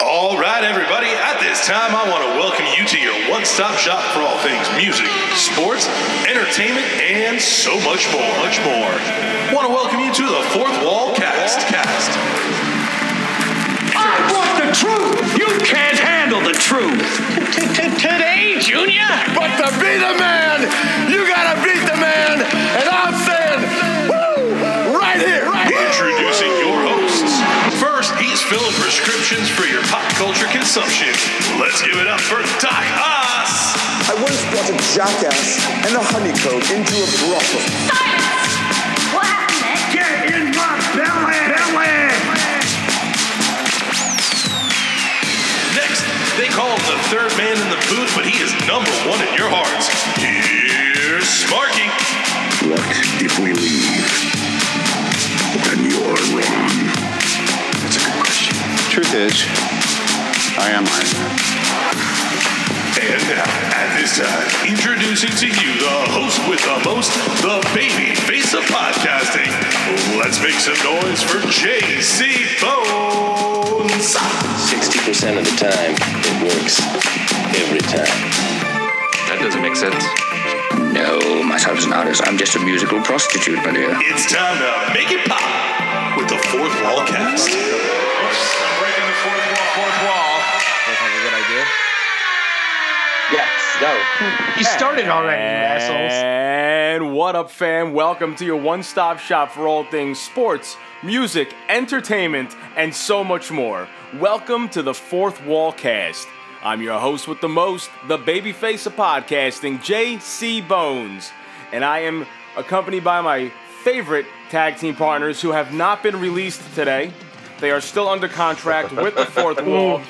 All right, everybody. At this time, I want to welcome you to your one stop shop for all things music, sports, entertainment, and so much more. Much more. want to welcome you to the Fourth Wall Cast. cast. I want the truth. You can't handle the truth. Today, Junior. But to be the man, you gotta beat the man. And I'm saying, woo, right here, right here. Introducing your hosts. First, he's filling prescriptions for your pop culture consumption. Let's give it up for Doc Oss. I once brought a jackass and a honeycomb into a brothel. What happened next? Get in my belly. Next, they call him the third man in the booth, but he is number one in your hearts. Here's Sparky. What if we leave? Then you're wrong. That's a good question. Truth is, I am Iron Man. And now, at this time, introducing to you the host with the most, the baby face of podcasting. Let's make some noise for JC Bones. 60% of the time, it works. Every time. That doesn't make sense. No, my son's an artist. I'm just a musical prostitute, my dear. It's time to make it pop with the Fourth Wall Cast. Breaking the fourth wall, fourth wall. That's like a good idea. Yes, go. You started already, you assholes. And what up, fam? Welcome to your one stop shop for all things sports, music, entertainment, and so much more. Welcome to the Fourth Wall Cast. I'm your host with the most, the baby face of podcasting, JC Bones. And I am accompanied by my favorite tag team partners who have not been released today. They are still under contract with the Fourth Wall.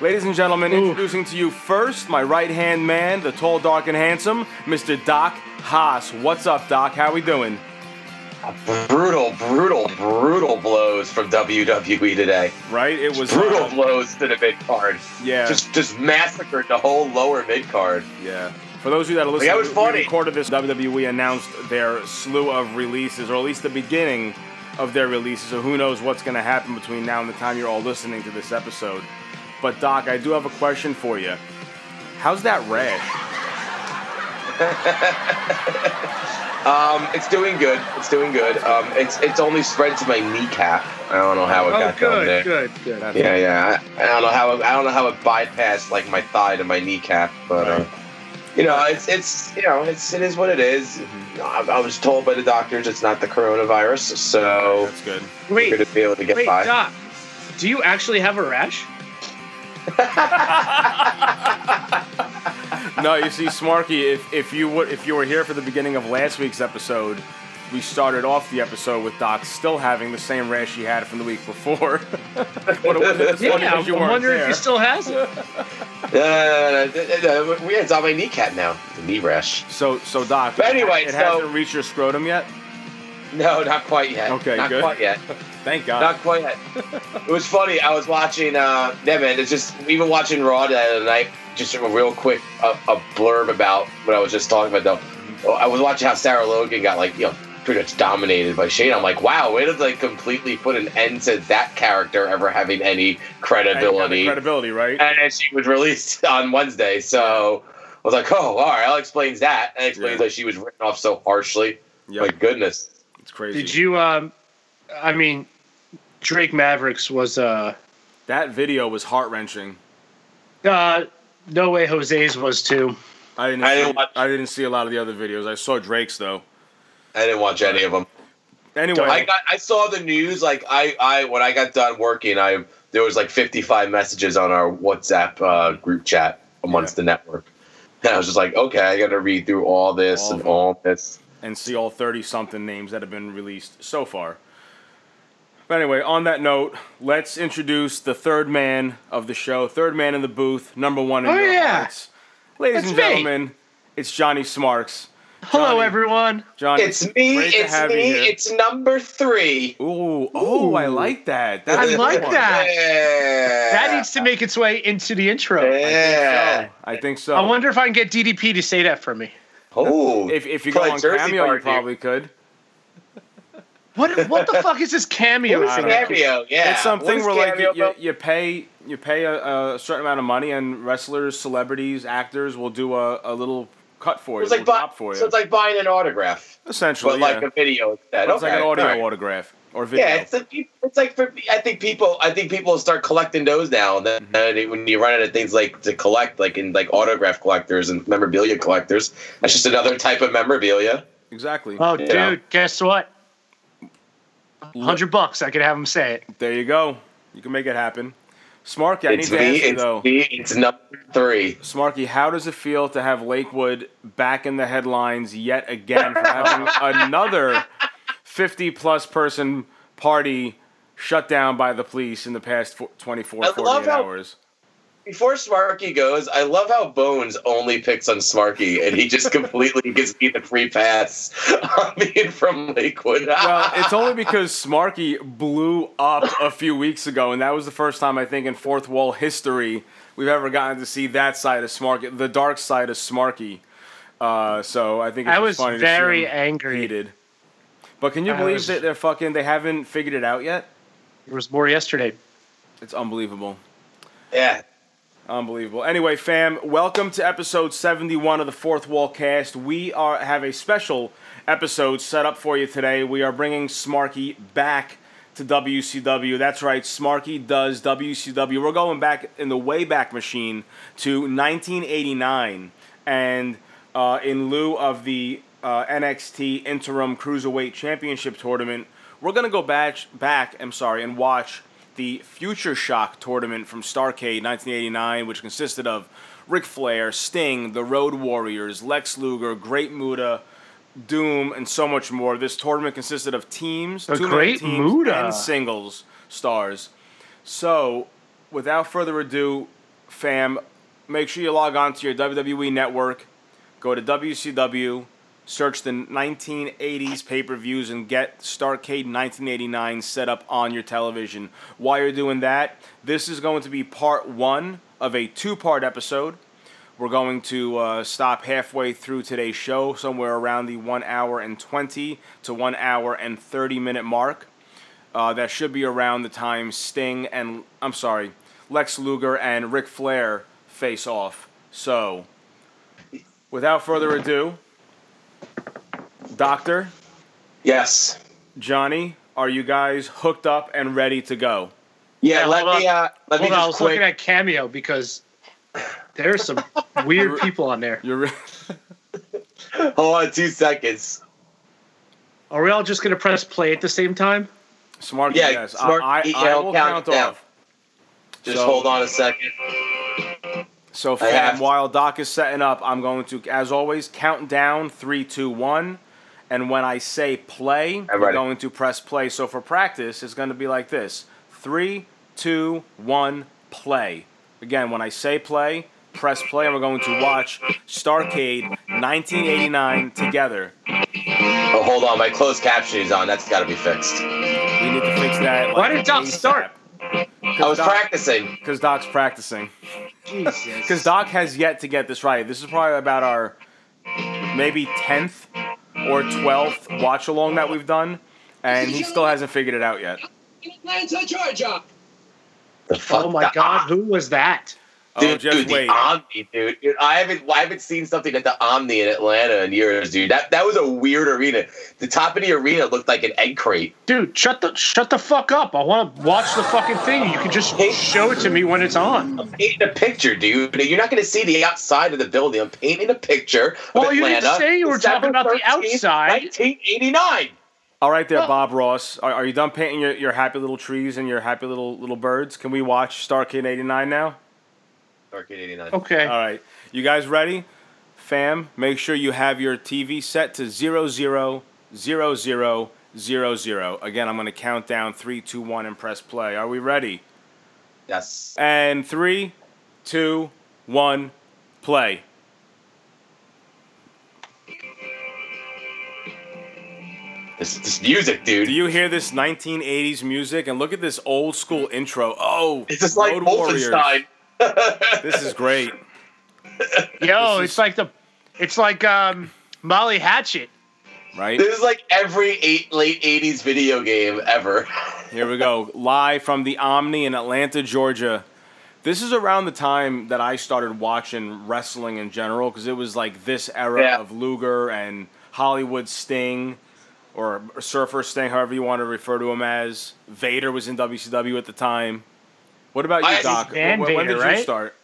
Ladies and gentlemen, introducing to you first my right hand man, the tall, dark, and handsome, Mr. Doc Haas. What's up, Doc? How we doing? brutal, brutal, brutal blows from WWE today. Right? It was Brutal uh, blows to the mid card. Yeah. Just just massacred the whole lower mid card. Yeah. For those of you that are listening, That was we- funny. we recorded this. WWE announced their slew of releases, or at least the beginning of their releases. So who knows what's going to happen between now and the time you're all listening to this episode. But Doc, I do have a question for you. How's that rash? Um, it's doing good. It's doing good. Um, it's it's only spread to my kneecap. I don't know how it Oh, got down there. good, good, good. Yeah, yeah. I, I don't know how it, I don't know how it bypassed like my thigh to my kneecap, but uh, you know, it's it's you know, it's it is what it is. I, I was told by the doctors it's not the coronavirus, so That's good. we're Wait, gonna be able to get wait, by. Doc. Do you actually have a rash? no, you see, Smarky, if, if you would if you were here for the beginning of last week's episode, we started off the episode with Doc still having the same rash he had from the week before. What a- it's Yeah, funny that I'm you weren't wondering if there. he still has it. No, no, no, no, no, no, no, we- It's on my kneecap now. The knee rash. So so Doc. But anyway, it so- hasn't reached your scrotum yet. No, not quite yet. Okay, not good. Uh, quite yet. Thank God. Not quite yet. it was funny. I was watching. Uh, yeah, man. It's just we were watching Raw the other night. Just a real quick uh, a blurb about what I was just talking about. Though I was watching how Sarah Logan got like you know pretty much dominated by Shane. I'm like, wow, way to like completely put an end to that character ever having any Thank God, the credibility. Credibility, right? and then she was released on Wednesday. So I was like, oh, all right, that explains that. And it explains Yeah. that she was written off so harshly. Yeah. My goodness. It's crazy. Did you? Um, I mean, Drake Mavericks was uh, That video was heart wrenching. uh, no way. Jose's was too. I didn't. I see, didn't watch- I didn't see a lot of the other videos. I saw Drake's though. I didn't watch any of them. Anyway, I got, I saw the news. Like I, I, when I got done working, I there was like 55 messages on our WhatsApp uh, group chat amongst the network, and I was just like, okay, I got to read through all this All of and them. all this. and see all 30 something names that have been released so far. But anyway, on that note, let's introduce the third man of the show, third man in the booth, number one in Oh, your yeah. hearts. Ladies That's and me. gentlemen, it's Johnny Smarks. Hello, Johnny. everyone. Johnny, It's me. great to It's have you me. here. It's number three. Ooh, oh, I like that. That's I a good like one. that. Yeah. That needs to make its way into the intro. Yeah. I think so. I wonder if I can get DDP to say that for me. Oh. if, if you go on Cameo, you probably could. What what the fuck is this cameo? What is thing? cameo? Yeah. it's something What is where like you, cameo you, about? you pay you pay a, a certain amount of money, and wrestlers, celebrities, actors will do a, a little cut for you, It's like little buy- drop for you. so it's like buying an autograph, essentially, but like yeah. a video. instead. But it's like an Okay, audio all right. autograph or video. Yeah, it's, a, it's like for I think people I think people start collecting those now. Then Mm-hmm. uh, they- when you run out of things like to collect, like in like autograph collectors and memorabilia collectors, that's just another type of memorabilia. exactly. Oh, Yeah. dude, guess what? Hundred bucks, I could have him say it. There you go. You can make it happen. Smarky, I it's need to me. ask you It's though. me. It's number three. Smarky, how does it feel to have Lakewood back in the headlines yet again for having another 50 plus person party shut down by the police in the past fo- 24, I love 48 how- hours? Before Smarky goes, I love how Bones only picks on Smarky, and he just completely gives me the free pass on being from Lakewood. Ah, Well, Uh, it's only because Smarky blew up a few weeks ago, and that was the first time I think in fourth wall history we've ever gotten to see that side of Smarky, the dark side of Smarky. Uh, so I think it's I just was funny very to see him angry. heated. But can you I believe was- that they're fucking? They haven't figured it out yet. There was more yesterday. It's unbelievable. yeah, Unbelievable. Anyway, fam, welcome to episode 71 of the Fourth Wall Cast. We are have a special episode set up for you today. We are bringing Smarky back to WCW. That's right, Smarky does WCW. We're going back in the Wayback Machine to 1989 and uh, in lieu of the uh, NXT Interim Cruiserweight Championship tournament, we're gonna go back, back. I'm sorry, and watch the Future Shock tournament from Starcade 1989, which consisted of Ric Flair, Sting, The Road Warriors, Lex Luger, Great Muda. Doom and so much more. This tournament consisted of teams, The two-man Great teams, Muta. and singles stars. So, without further ado, fam, make sure you log on to your WWE network, go to WCW, search the 1980s pay per views, and get Starcade 1989 set up on your television. While you're doing that, this is going to be part one of a two part episode. We're going to uh, stop halfway through today's show, somewhere around the 1 hour and 20 to 1 hour and 30 minute mark. Uh, that should be around the time Sting and, I'm sorry, Lex Luger and Ric Flair face off. So, without further ado, Doctor, yes, Johnny, are you guys hooked up and ready to go? yeah. Yeah, let hold me. on. Uh, let me Hold on, I just was quick. looking at cameo because there's some weird people on there. You're re- hold on two seconds. Are we all just gonna press play at the same time? smart. Yeah, yes, I- Smart, I, you I know, will count, count it down. off. Just So- hold on a second. So, I have fam, to. while Doc is setting up, I'm going to, as always, count down three, two, one. And when I say play, I'm ready. going to press play. So, for practice, it's going to be like this three, two, one, play. Again, when I say play, press play, and we're going to watch Starcade 1989 together. Oh, hold on. My closed caption is on. That's got to be fixed. We need to fix that. Why did Doc start? I was Doc- practicing. Because Doc's practicing. Jesus. Because Doc has yet to get this right. This is probably about our maybe 10th or 12th watch along that we've done, and he still hasn't figured it out yet. Atlanta, Georgia. The fuck, Oh my the- god, who was that? Oh, Dude, just dude, wait. the Omni, dude. Dude, I haven't, I haven't seen something at the Omni in Atlanta in years, dude. That that was a weird arena. The top of the arena looked like an egg crate. Dude, shut the shut the fuck up. I wanna watch the fucking thing. You can just show it to me when it's on. I'm painting a picture, dude. You're not going to see the outside of the building. I'm painting a picture. of Well, you didn't Atlanta, say you were December talking about the 13th, outside. 1989. All right, there, Bob Ross. Are, are you done painting your, your happy little trees and your happy little little birds? Can we watch Starcade 89 now? Arcade 89. Okay. All right. You guys ready? Fam, make sure you have your TV set to 000000. Again, I'm going to count down three, two, one, and press play. Are we ready? Yes. And three, two, one, play. This, this music, dude. Do you hear this 1980s music? And look at this old school intro. Oh, it's just like Road Warriors. Wolfenstein. This is great. Yo, This it's like the it's like um Molly Hatchet. right? This is like every eight, late 80s video game ever. Here we go. Live from the Omni in Atlanta, Georgia. This is around the time that I started watching wrestling in general because it was like this era Yeah. of Luger and Hollywood Sting or Surfer Sting, however you want to refer to him as. Vader was in WCW at the time. What about you, I- Doc? Van Wh- when, Vader, did right? you start?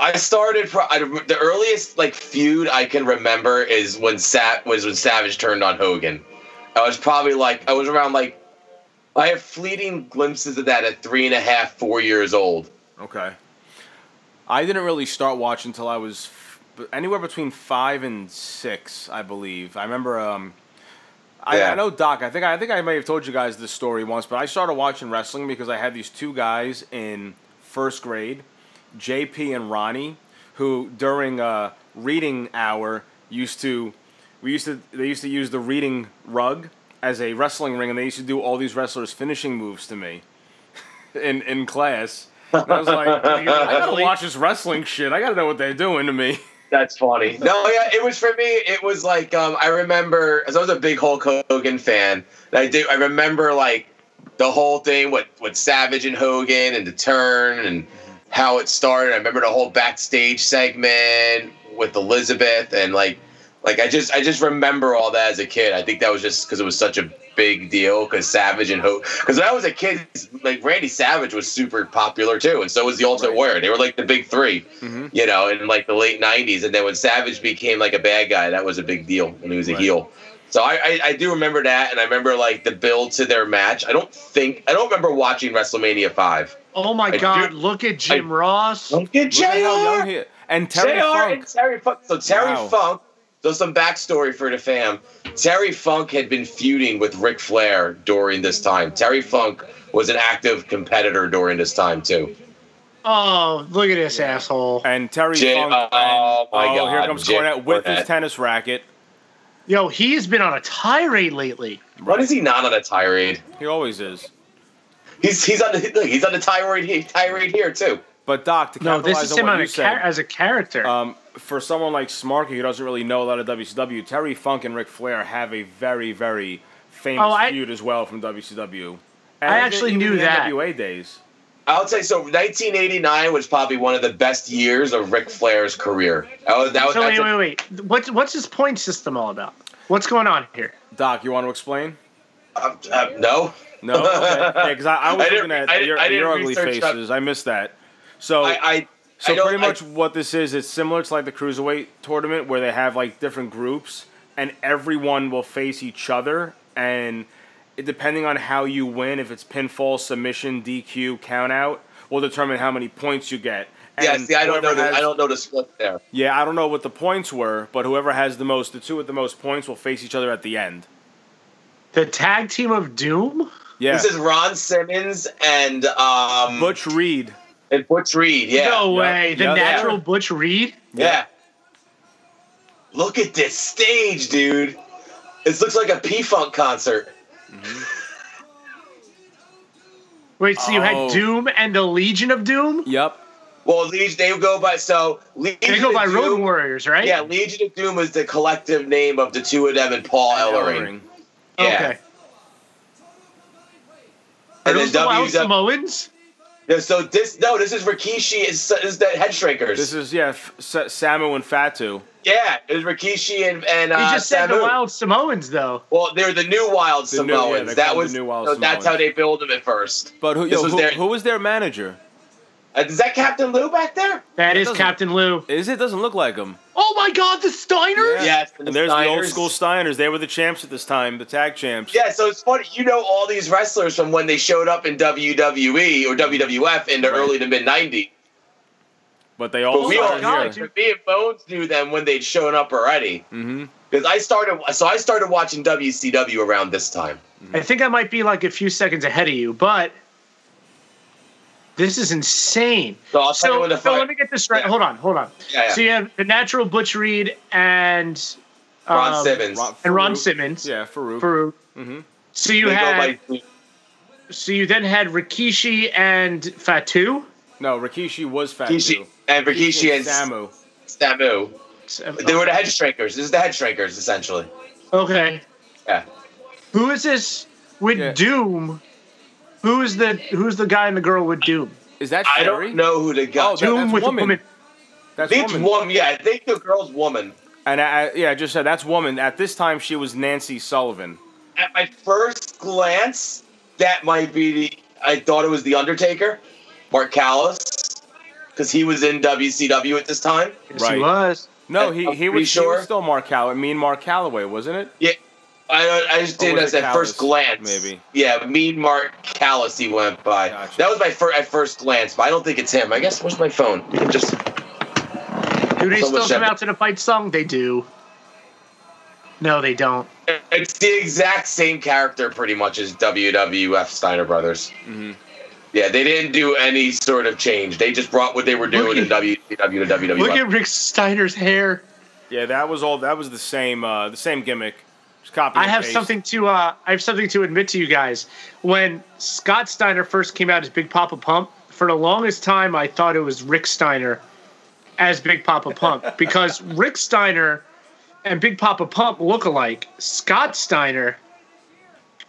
I started pro- I, the earliest like feud I can remember is when Sat was when Savage turned on Hogan. I was probably like I was around like I have fleeting glimpses of that at three and a half, four years old. Okay. I didn't really start watching until I was f- b- anywhere between five and six, I believe. I remember. Um, I, Yeah. I know Doc. I think I think I may have told you guys this story once, but I started watching wrestling because I had these two guys in first grade, JP and Ronnie, who during uh, reading hour used to we used to they used to use the reading rug as a wrestling ring, and they used to do all these wrestlers' finishing moves to me in in class. And I was like, I gotta watch this wrestling shit. I gotta know what they're doing to me. That's funny. No, yeah, it was for me. It was like um, I remember, as I was a big Hulk Hogan fan. and I do. I remember like the whole thing with with Savage and Hogan and the turn and how it started. I remember the whole backstage segment with Elizabeth and like like I just I just remember all that as a kid. I think that was just because it was such a big deal because Savage and Hogan. Because when I was a kid, like Randy Savage was super popular too, and so was the Ultimate Warrior. They were like the big three Mhm. you know, in like the late '90s, and then when Savage became like a bad guy, that was a big deal when he was a heel. So I, I, I do remember that, and I remember like the build to their match. I don't think I don't remember watching WrestleMania five. Oh my I God! do- Oh. look at Jim Ross. Look at Look at how young JR. he is. And Terry JR Funk. and Terry Funk. So Terry Wow. Funk. So some backstory for the fam. Terry Funk had been feuding with Ric Flair during this time. Terry Funk was an active competitor during this time too. Oh, look at this asshole. And Terry J- Funk. oh, and, my oh, here God, comes Jim Cornette with his Cornette. tennis racket. Yo, he's been on a tirade lately. What is he not on a tirade? He always is. He's he's on the, look, he's on the tirade he- tirade here too. But Doc, to No, capitalize this is on him what on you a said, char- as a character. Uh, Um, for someone like Smarky who doesn't really know a lot of WCW, Terry Funk and Ric Flair have a very, very famous Oh, I- feud as well from WCW. I even- actually even knew the that. NWA days. I'll say so. 1989 was probably one of the best years of Ric Flair's career. That was, that was so that's wait, a- wait, wait. What's what's his point system all about? What's going on here? Doc, you want to explain? Uh, uh, no. No, because I, I was I didn't- looking at I didn't- your, I didn't your ugly research that. faces. I missed that. So I, I so I don't- pretty I- much what this is, it's similar to like the cruiserweight tournament where they have like different groups and everyone will face each other and it, depending on how you win, if it's pinfall, submission, DQ, count out, will determine how many points you get. And yeah, see, I don't know. whoever The, has- I don't know the split there. Yeah, I don't know what the points were, but whoever has the most, the two with the most points will face each other at the end. The tag team of Doom? Yeah. This is Ron Simmons and um, Butch Reed. and Butch Reed. Yeah. No Yeah. way. The Yeah. natural Butch Reed? Yeah. Look at this stage, dude. This looks like a P Funk concert. Wait, so you Oh. had Doom and the Legion of Doom? Yep. Well, Legion, they go by so Legion They go of by Road Doom- Warriors, right? Yeah, Legion of Doom is the collective name of the two of them and Paul Ellering. Yeah. Okay. Are And those then the Wild W's up. Samoans? So this no, this is Rikishi. Is this is the head shrinkers? This is yeah, F- Sa- Samu and Fatu. yeah, it was Rikishi and and You uh, just said the Samu. Wild Samoans, though. Well, they're the new Wild The new- yeah, Samoans. they're that called the was new Wild so that's Samoans. how they build them at first. But who, This yo, was who, their- who was their manager? Uh, is that Captain Lou back there? That is doesn't- Captain Lou. Is it doesn't look like him? Oh my God, the Steiners? Yes. And there's the old Steiners. school Steiners. They were the champs at this time, the tag champs. Yeah, so it's funny. You know all these wrestlers from when they showed up in WWE or WWF in the early to mid '90s. But they But all we all, started God, here. dude, me and Bones knew them when they'd shown up already. Mm-hmm. Because I started, so I started watching WCW around this time. I think I might be like a few seconds ahead of you, but this is insane. So I'll tell you So, when the so fight- let me get this right. Hold on, hold on. Yeah, yeah. So you have the natural Butch Reed and um, Ron Simmons. and Ron Farouk. Simmons. Yeah, Farouk. Farouk. Mhm. So you They go had by- so you then had Rikishi and Fatu. No, Rikishi was Fatu. Rikishi and Rikishi and Samu. Samu. They were the head shrinkers. This is the head shrinkers essentially. Okay. Yeah. Who is this with Doom? Who is the Who's the guy and the girl with Doom? Is that I don't know who the guy. Oh, that- Doom that's with woman. woman. That's I think woman. it's woman. Yeah, I think the girl's woman. And I, I, yeah, I just said that's woman. At this time, she was Nancy Sullivan. At my first glance, that might be the. I thought it was the Undertaker, Mark Callis, because he was in WCW at this time. was. No, I- he I'm he pretty was, he uh, sure. was still Mark Calloway. Me and Mark Calloway, wasn't it? Yeah, I, I just Or did Oh, was as it at first Callis, glance. maybe. Yeah, Mean Mark Callis he went by. That was my first at first glance, but I don't think it's him. I guess where's my phone? Just Do they Someone still come said- out to the fight song? They do. No, they don't. it's the exact same character pretty much as WWF Steiner Brothers. Mm-hmm. Yeah, they didn't do any sort of change. They just brought what they were doing in WCW to WWF. Look at Rick Steiner's hair. Yeah, that was all. That was the same uh, the same gimmick. Just copy. I and have paste. something to uh, I have something to admit to you guys. When Scott Steiner first came out as Big Papa Pump, for the longest time I thought it was Rick Steiner as Big Papa Pump because Rick Steiner and Big Papa Pump look alike. Scott Steiner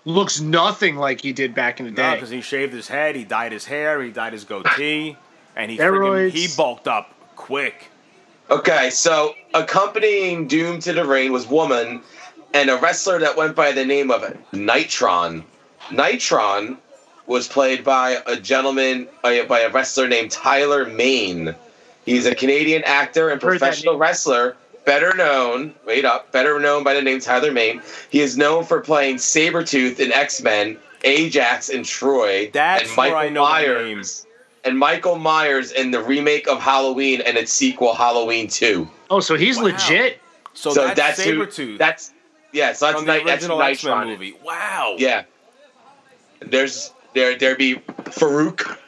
looks nothing like he did back in the No, day. because he shaved his head, he dyed his hair, he dyed his goatee, and he friggin' Steroids. he bulked up quick. Okay, so accompanying Doom to the ring was Woman and a wrestler that went by the name of Nitron. Nitron was played by a gentleman, uh, by a wrestler named Tyler Maine. He's a Canadian actor and Heard that professional wrestler, better known, wait up, better known by the name Tyler Maine. He is known for playing Sabretooth in X Men, Ajax in Troy, That's and where Michael I know the Myers name. and Michael Myers in the remake of Halloween and its sequel, Halloween Two. Oh, so he's legit. So, So that's, that's who- Sabretooth That's yeah. So that's from the Night- that's original X Men Nitron. movie. Wow. Yeah. There's there there be Farouk.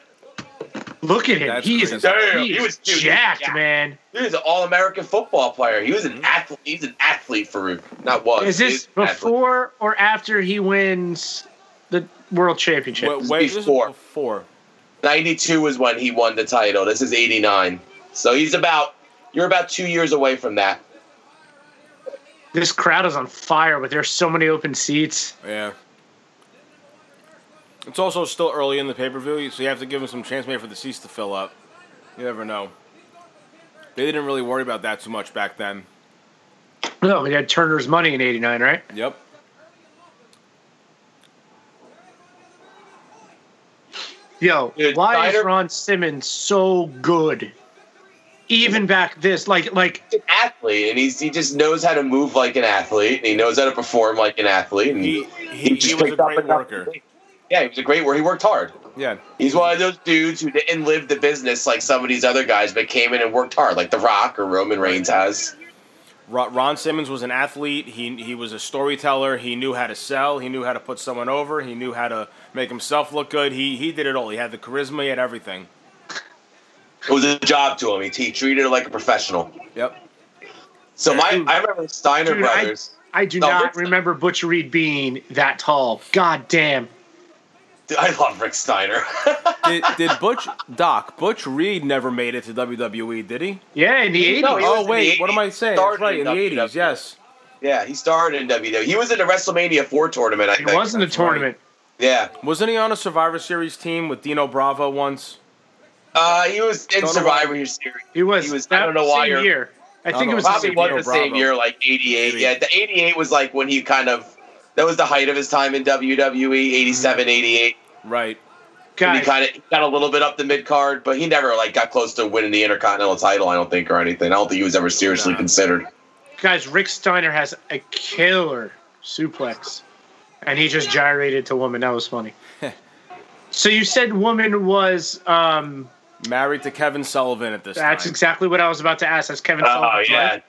Look at him. That's he is crazy. Damn, he he is was- dude, he was jacked, jacked. man. He was an All American football player. He was an Mm-hmm. athlete. He's an athlete, Farouk. Not was. Is this He is an athlete. before or after he wins the world championship? Wait, wait, this is before. before. Ninety-two was when he won the title. This is eighty-nine. So he's about you're about two years away from that. This crowd is on fire, but there's so many open seats. Yeah. It's also still early in the pay per view, so you have to give him some chance maybe for the seats to fill up. You never know. They didn't really worry about that too much back then. No, we had Turner's money in '89, right? Yep. Yo, Dude, why is Steiner- Ron Simmons so good? Even back this, like, like an athlete, and he's he just knows how to move like an athlete, and he knows how to perform like an athlete. And He, he, he just was a picked up great enough- worker. Yeah, he was a great worker. He worked hard. Yeah. He's one of those dudes who didn't live the business like some of these other guys, but came in and worked hard, like The Rock or Roman Reigns has. Ro- Ron Simmons was an athlete. He he was a storyteller. He knew how to sell. He knew how to put someone over. He knew how to make himself look good. He he did it all. He had the charisma. He had everything. It was a job to him. He, he treated it like a professional. Yep. So my, I remember Steiner Dude, I- brothers. I do No, not Rick's- remember Butch Reed being that tall. God damn. Dude, I love Rick Steiner. Did, did Butch Doc Butch Reed never made it to WWE? Did he? Yeah, in the '80s. No, he was Oh in wait, the what am I 80s. saying? That's Started right, in the WWE. eighties. Yes. yeah, he started in WWE. He was in the WrestleMania four tournament. I he think. was in the right. tournament. Yeah, Wasn't he on a Survivor Series team with Dino Bravo once? uh, he was in Don't know Survivor Series. He was. He was- that I don't know why same you're- year. I No, think no, it was Oh, probably the same was year. the same Bravo. year, like '88. Yeah, the '88 was like when he kind of that was the height of his time in E, WWE. '87, '88. Right. And he Mm-hmm. Guys, kind of got a little bit up the mid card, but he never like got close to winning the Intercontinental title. I don't think or anything. I don't think he was ever seriously Nah. Oh, considered. guys, Rick Steiner has a killer suplex, and he just gyrated to woman. That was funny. so you said woman was. Um, Married to Kevin Sullivan at this that's time. exactly what I was about to ask. That's Oh, Kevin. Sullivan's wife?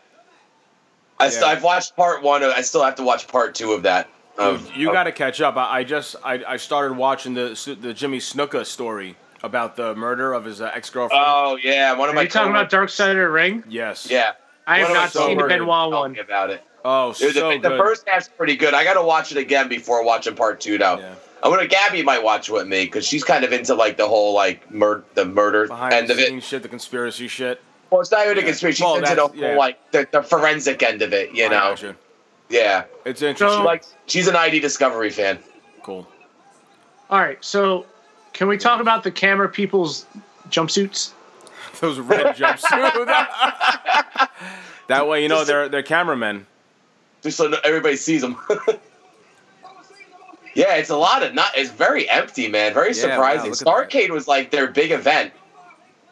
I st- Yeah. I've watched part one. Of, I still have to watch part two of that. Of, You of- got to catch up. I, I just I, I started watching the the Jimmy Snuka story about the murder of his uh, ex girlfriend. Oh yeah, one of Are my. you talking about coworkers- Dark Side of the Ring? yes. Yeah, I have One of my not seen the coworkers Benoit told one. me about it. Oh, Dude, the, so the good. first half's pretty good. I got to watch it again before watching part two, though. Yeah. I'm gonna. Gabby might watch with me because she's kind of into like the whole like mur- the murder behind end the of it. scenes shit, the conspiracy shit. Well, it's not even Yeah. a conspiracy. She's Well, into the that's- whole yeah. like the, the forensic end of it, you I know. gotcha. Yeah, it's interesting. like she's an ID Discovery fan. Cool. All right, so can we talk about the camera people's jumpsuits? Those red jumpsuits. that way, you know they're they're cameramen. Just so everybody sees them. yeah, it's a lot of not. It's very empty, man. Very Yeah, surprising. wow, look Starcade was like their big event.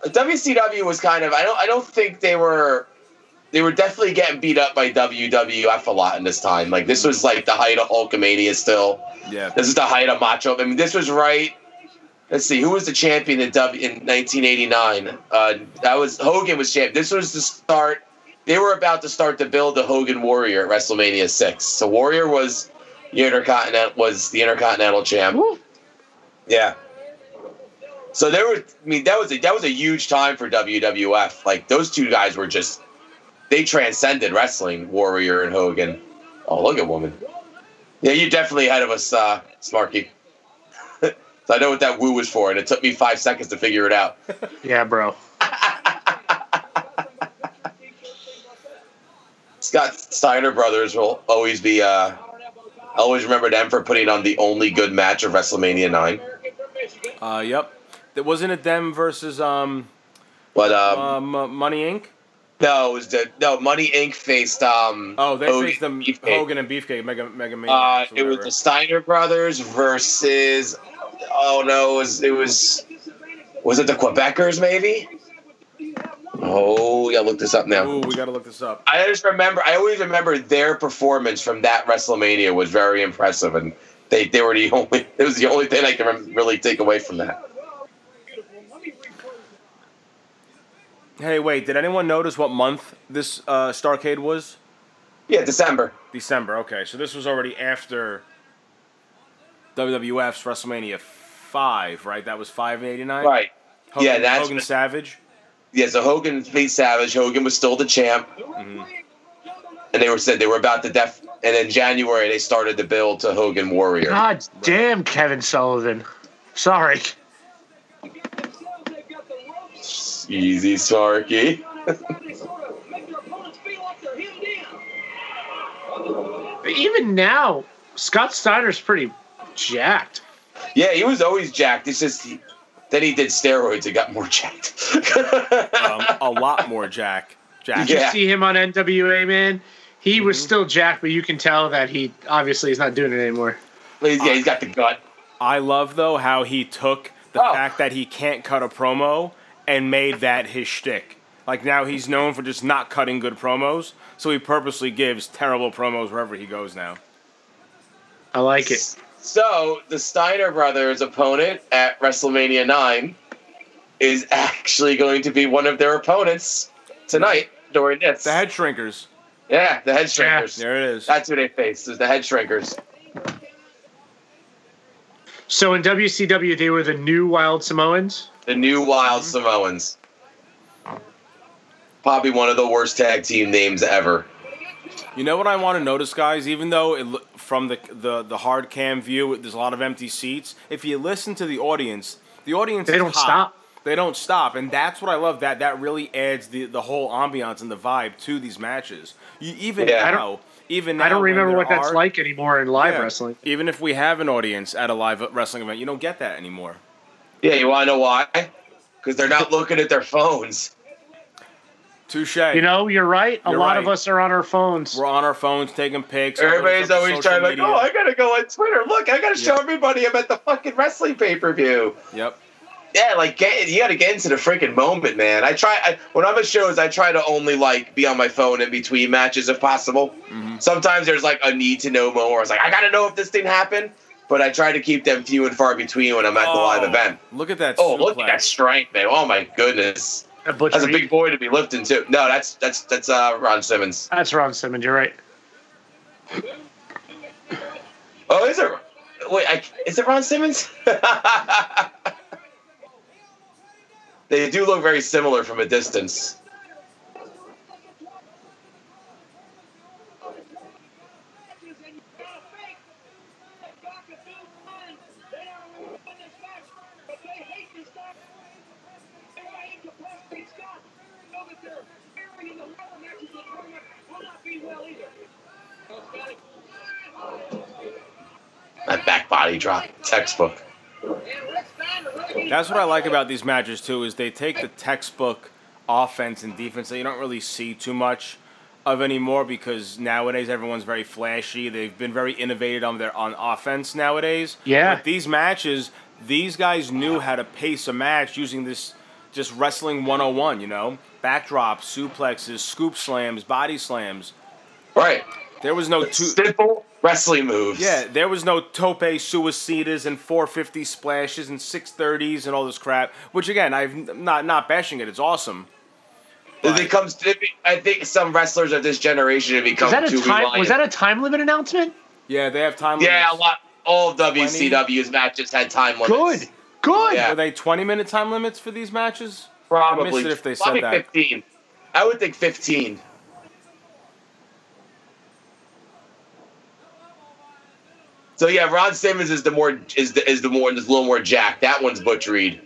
WCW was kind of. I don't. I don't think they were. They were definitely getting beat up by WWF a lot in this time. Like this was like the height of Hulkamania still. Yeah. This is the height of Macho. I mean, this was right. Let's see, who was the champion in W in 1989? Uh, that was Hogan was champ. This was the start. They were about to start to build the Hogan Warrior at WrestleMania six. So Warrior was the Intercontinental was the Intercontinental champ. Yeah. So there was, I mean, that was a, that was a huge time for WWF. Like those two guys were just, they transcended wrestling. Warrior and Hogan. Oh, look at woman. Yeah, you're definitely ahead of us, uh, Smarky. so I know what that woo was for, and it took me five seconds to figure it out. Yeah, bro. Scott Steiner brothers will always be. Uh, I always remember them for putting on the only good match of WrestleMania nine. Uh, yep. That wasn't it them versus um, But um, um uh, Money Inc. no, it was the no Money Inc. faced. Um, Oh, they Hogan faced them Beefcake. Hogan and Beefcake Mega Mega Mania. Uh, or it was whatever. the Steiner brothers versus. Oh no, it was it was was it the Quebecers maybe? Oh, yeah, look this up now. Ooh, we gotta look this up. I just remember. I always remember their performance from that WrestleMania was very impressive, and they, they were the only. It was the only thing I can rem- really take away from that. Hey, wait, did anyone notice what month this uh, Starcade was? Yeah, December. December. Okay, so this was already after WWF's WrestleMania five, right? That was five in '89. Right. Hogan, Yeah, that's- Hogan Savage. Yeah, so Hogan beat Savage. Hogan was still the champ, Mm-hmm. and they were said they were about to def. And in January, they started the build to Hogan Warrior. God damn, Kevin Sullivan. Sorry. Easy, Sarky. But Even now, Scott Steiner's pretty jacked. Yeah, he was always jacked. It's just he, then he did steroids and got more jacked. Um, a lot more Jack. Jack. Did you see him on NWA, man? He was still jacked, but you can tell that he obviously is not doing it anymore. yeah, he's got the gut. I love though how he took the fact that he can't cut a promo and made that his shtick. Like now he's known for just not cutting good promos, so he purposely gives terrible promos wherever he goes now. I like it. So the Steiner brothers' opponent at WrestleMania nine is actually going to be one of their opponents tonight during this. The head shrinkers. yeah, the Head Shrinkers. There it is. That's who they face. Is the Head Shrinkers. So in WCW, they were the new Wild Samoans. the new Wild Mm-hmm. Samoans. Probably one of the worst tag team names ever. You know what I want to notice, guys? Even though it, loo- from the, the the hard cam view, there's a lot of empty seats. If you listen to the audience, the audience They is don't hot. stop. They don't stop, and that's what I love. That that really adds the the whole ambiance and the vibe to these matches. You even Yeah. I now, don't- even now I don't when remember there what that's are- like anymore in live Yeah. wrestling. Even if we have an audience at a live wrestling event, you don't get that anymore. Yeah, you want to know why? Because they're not looking at their phones. Touche. You know, you're right. A You're lot right. of us are on our phones. we're on our phones taking pics. Everybody's uploading stuff always to trying, like, social oh, I media." gotta go on Twitter. Look, I gotta show Yeah. everybody I'm at the fucking wrestling pay per view. Yep. Yeah, like get you gotta get into the freaking moment, man. I try I, when I'm at shows, I try to only like be on my phone in between matches if possible. Sometimes there's like a need to know moment where it's like I gotta know if this thing happened, but I try to keep them few and far between when I'm at the live Oh, event. Look at that. Oh, look suplex. at that strength, man! Oh my goodness, That butcher that's a Reed- big boy to be lifting too. No, that's that's that's uh, Ron Simmons. That's Ron Simmons. You're right. Oh, is it? Wait, I, is it Ron Simmons? they do look very similar from a distance. body drop. Textbook. That's what I like about these matches too is they take the textbook offense and defense that you don't really see too much of anymore because nowadays everyone's very flashy. They've been very innovative on their on offense nowadays. Yeah. But these matches, these guys knew how to pace a match using this just wrestling 101, you know? Backdrops, suplexes, scoop slams, body slams. Right. There was no two simple wrestling moves. Yeah, there was no tope suicidas and 450 splashes and 630s and all this crap. Which again, I'm not not bashing it. It's awesome. It comes. I think some wrestlers of this generation have become Was that too a time? reliant. Was that a time limit announcement? Yeah, they have time. yeah, limits. a lot. All of WCW's matches had time limits. Good. Good. Yeah. Were they 20 minute time limits for these matches? I Probably. missed it if they said Probably that. fifteen. I would think fifteen. So yeah, Ron Simmons is the more is the is the more is a little more jacked. That one's Butch Reed.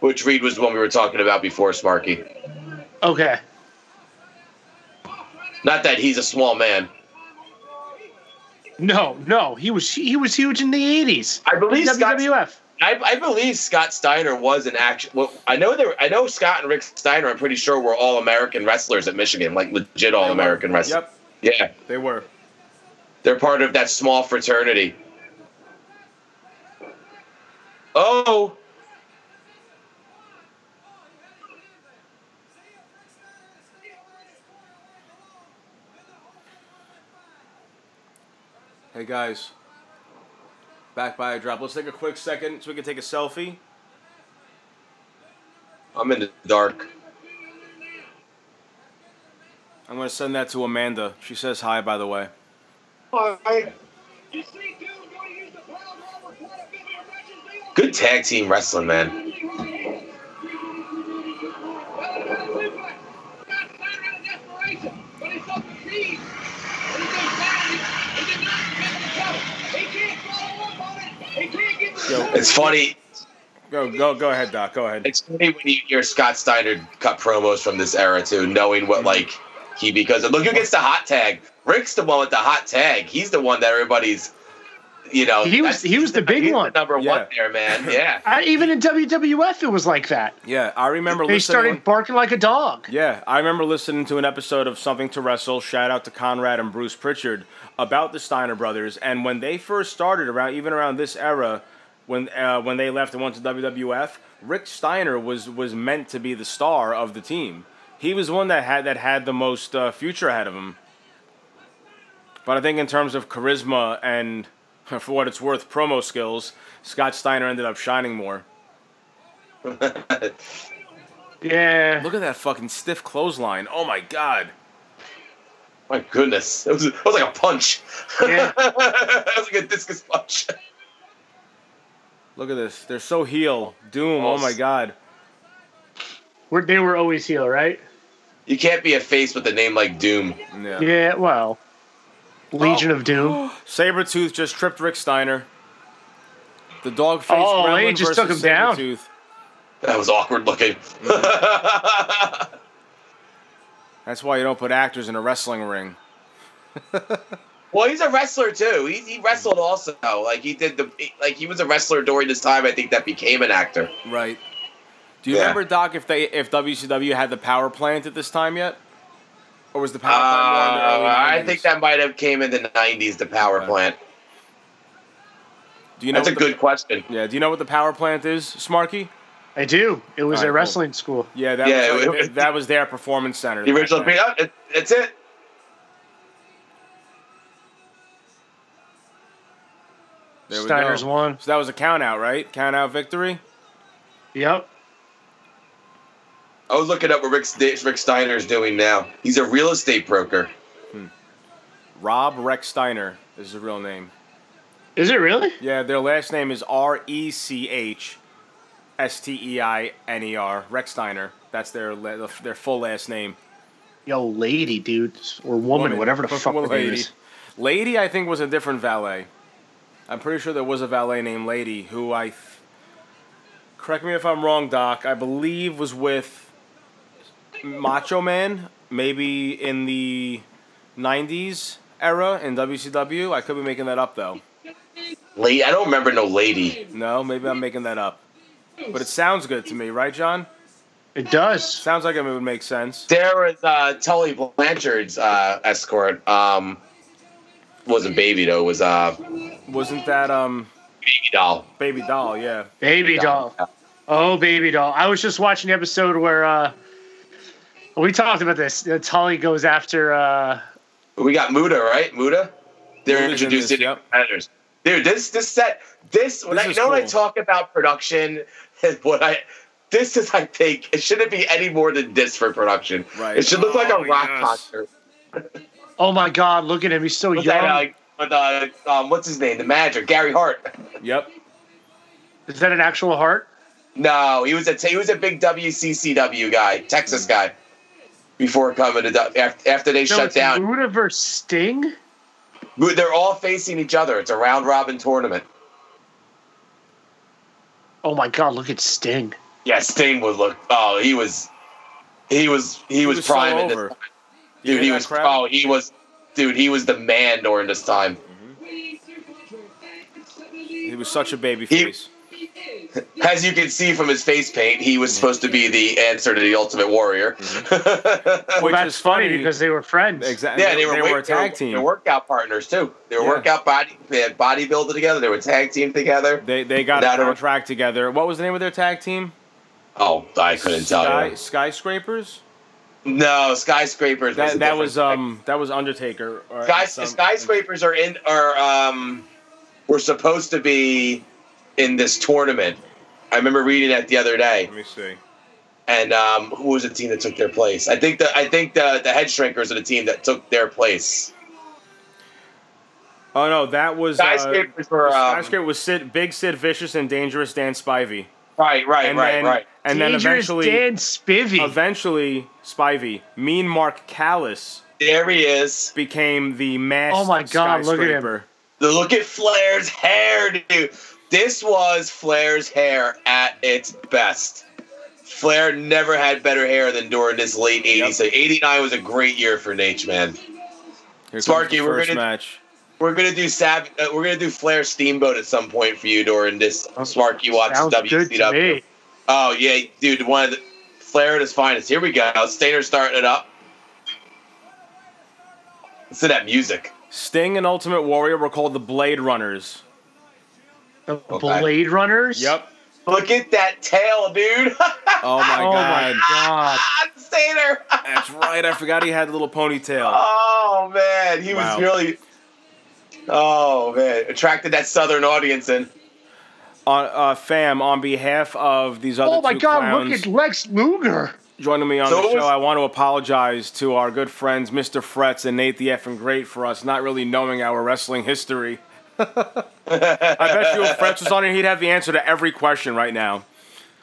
Butch Reed was the one we were talking about before, Smarky. Okay. Not that he's a small man. No, no, he was he was huge in the eighties. I believe Scott- WWF. I, I believe Scott Steiner was an action. Well, I know there. I know Scott and Rick Steiner. I'm pretty sure were all American wrestlers at Michigan, like legit all American wrestlers. Yep, Yeah, they were. they're part of that small fraternity. Oh, Hey guys, back by a drop. Let's take a quick second so we can take a selfie. I'm in the dark. I'm gonna send that to Amanda. She says hi, by the way. Good tag team wrestling, man. It's funny. Go, go, go ahead, Doc. Go ahead. It's funny when you hear Scott Steiner cut promos from this era too, knowing Mm-hmm. what like he because look who gets the hot tag. Rick's the one with the hot tag. He's the one that everybody's, you know. He was that's- he was the big he's one. the number Yeah. one there, man. Yeah. I, even in WWF, it was like that. Yeah, I remember They listening. started barking like a dog. Yeah, I remember listening to an episode of Something to Wrestle. Shout out to Conrad and Bruce Pritchard about the Steiner brothers, and when they first started around, even around this era, when uh, when they left and went to WWF, Rick Steiner was was meant to be the star of the team. He was the one that had that had the most uh, future ahead of him. But I think in terms of charisma and, for what it's worth, promo skills, Scott Steiner ended up shining more. Yeah. Look at that fucking stiff clothesline. Oh my god. My goodness, it was, it was like a punch. Yeah. it was like a discus punch. Look at this. They're so heel. Doom. Oh, Oh, my s- god. We're, they were always heel, right? You can't be a face with a name like Doom. Yeah. Yeah. Well, Legion of Doom. Sabretooth just tripped Rick Steiner. The dog face Oh, gremlin they just versus took him down. Sabretooth. That was awkward looking. Mm-hmm. That's why you don't put actors in a wrestling ring. Well, he's a wrestler too. He, he wrestled also. Like he did the like he was a wrestler during this time. I think that became an actor. Right. Do you Yeah. remember Doc if they if WCW had the power plant at this time yet? Or was the power plant more in the Uh, early I 90s? think that might have came in the '90s. The power Okay. plant. Do you know That's a what the- good question. Yeah, do you know what the power plant is, Smarky? I do. It was All right, a cool. wrestling school. Yeah, that Yeah, was it like- was- that was their performance center. The original. back then. Oh, it, that's it. There we Steiner's go. won. So that was a count out, right? Count out victory? Yep. I was looking up what Rick, St- Rick Steiner is doing now. He's a real estate broker. Rob Rex Steiner is his real name. Is it really? Yeah, their last name is R E C H S T E I N E R. Rex Steiner. That's their la- their full last name. Yo, lady, dude, or woman, whatever the fuck her name lady. is. Lady, I think, was a different valet. I'm pretty sure there was a valet named Lady who I. Th- correct me if I'm wrong, Doc. I believe was with Macho Man, maybe in the 90s era in WCW. I could be making that up, though. Lady. I don't remember no lady. No, maybe I'm making that up. But it sounds good to me, right, John? It does. Sounds like it would make sense. There was uh, Tully Blanchard's uh, escort. Um, wasn't baby though. Was uh, Wasn't that um baby doll? Baby doll, yeah. Baby doll. Oh, baby doll. I was just watching the episode where uh, we talked about this. Uh, Tully goes after. Uh, We got Muda, right? Muda. They're Muda's in introducing this, yep. competitors. Dude, this this set this when This I you is know when I cool. talk about production and what I this is I think it shouldn't be any more than this for production. Right. It should look like Oh, a rock yes. concert. Oh my God! Look at him. He's so With young. that, uh, with, uh, um, what's his name? The manager, Gary Hart. Yep. Is that an actual heart? No, he was a he was a big WCCW guy, Texas guy. Before coming to du- af- after they Hmm. No, shut it's down, Muda versus Sting. they're all facing each other. It's a round robin tournament. Oh my God! Look at Sting. Yeah, Sting would look. Oh, he was, he was, he, was, was so prime in this. over. time. You Dude, hear he that was. crowd? Oh, he was. Dude, he was the man during this time. He was such a baby face. As you can see from his face paint, he was supposed to be the answer to the Ultimate Warrior. Mm-hmm. Well, that's funny, because they were friends. Exactly. yeah, they, were, wor- they were- They were workout partners too. They were Yeah. workout body they had bodybuilder together. They were tag team together. They they got That a or- contract together. What was the name of their tag team? Oh, I couldn't tell Sky, you. skyscrapers. No, skyscrapers. was a That, that different- was um that was Undertaker. Or Sky, some- skyscrapers are in are um were supposed to be in this tournament. I remember reading that the other day. Let me see. And um, who was the team that took their place? I think the I think the the head shrinkers are the team that took their place. Oh no, that was Skyscrapers were, um, skyscraper was Sid, Big Sid Vicious and Dangerous Dan Spivey. Right, right, and right, then, right. And then Dangerous eventually Dan Spivey. Eventually Spivey, Mean Mark Callis. There he is. Became the mass. Oh my God, look at him. The look at Flair's hair, dude. This was Flair's hair at its best. Flair never had better hair than during this late 80s. So 89 was a great year for Nate, man. Here Sparky, comes the we're first gonna- match. We're gonna do Sav- uh, we're gonna do Flair Steamboat at some point for you during this Sparky watch Sounds good to WCW. me. Oh yeah, dude, one of the Flair at his finest. Here we go. Stainer starting it up. Listen to that music. Sting and Ultimate Warrior were called the Blade Runners. The Blade Runners. Yep. Look at that tail, dude. Oh my Oh god. my God. Stainer. That's right. I forgot he had a little ponytail. Oh man, he Wow. was really. Oh man, attracted that southern audience in. On uh, fam, on behalf of these other Oh my two God! clowns, Look at Lex Luger. joining me on So the it show, was- I want to apologize to our good friends Mr. Fretz and Nate the effing Great for us not really knowing our wrestling history. I bet you if Fretz was on here, he'd have the answer to every question right now.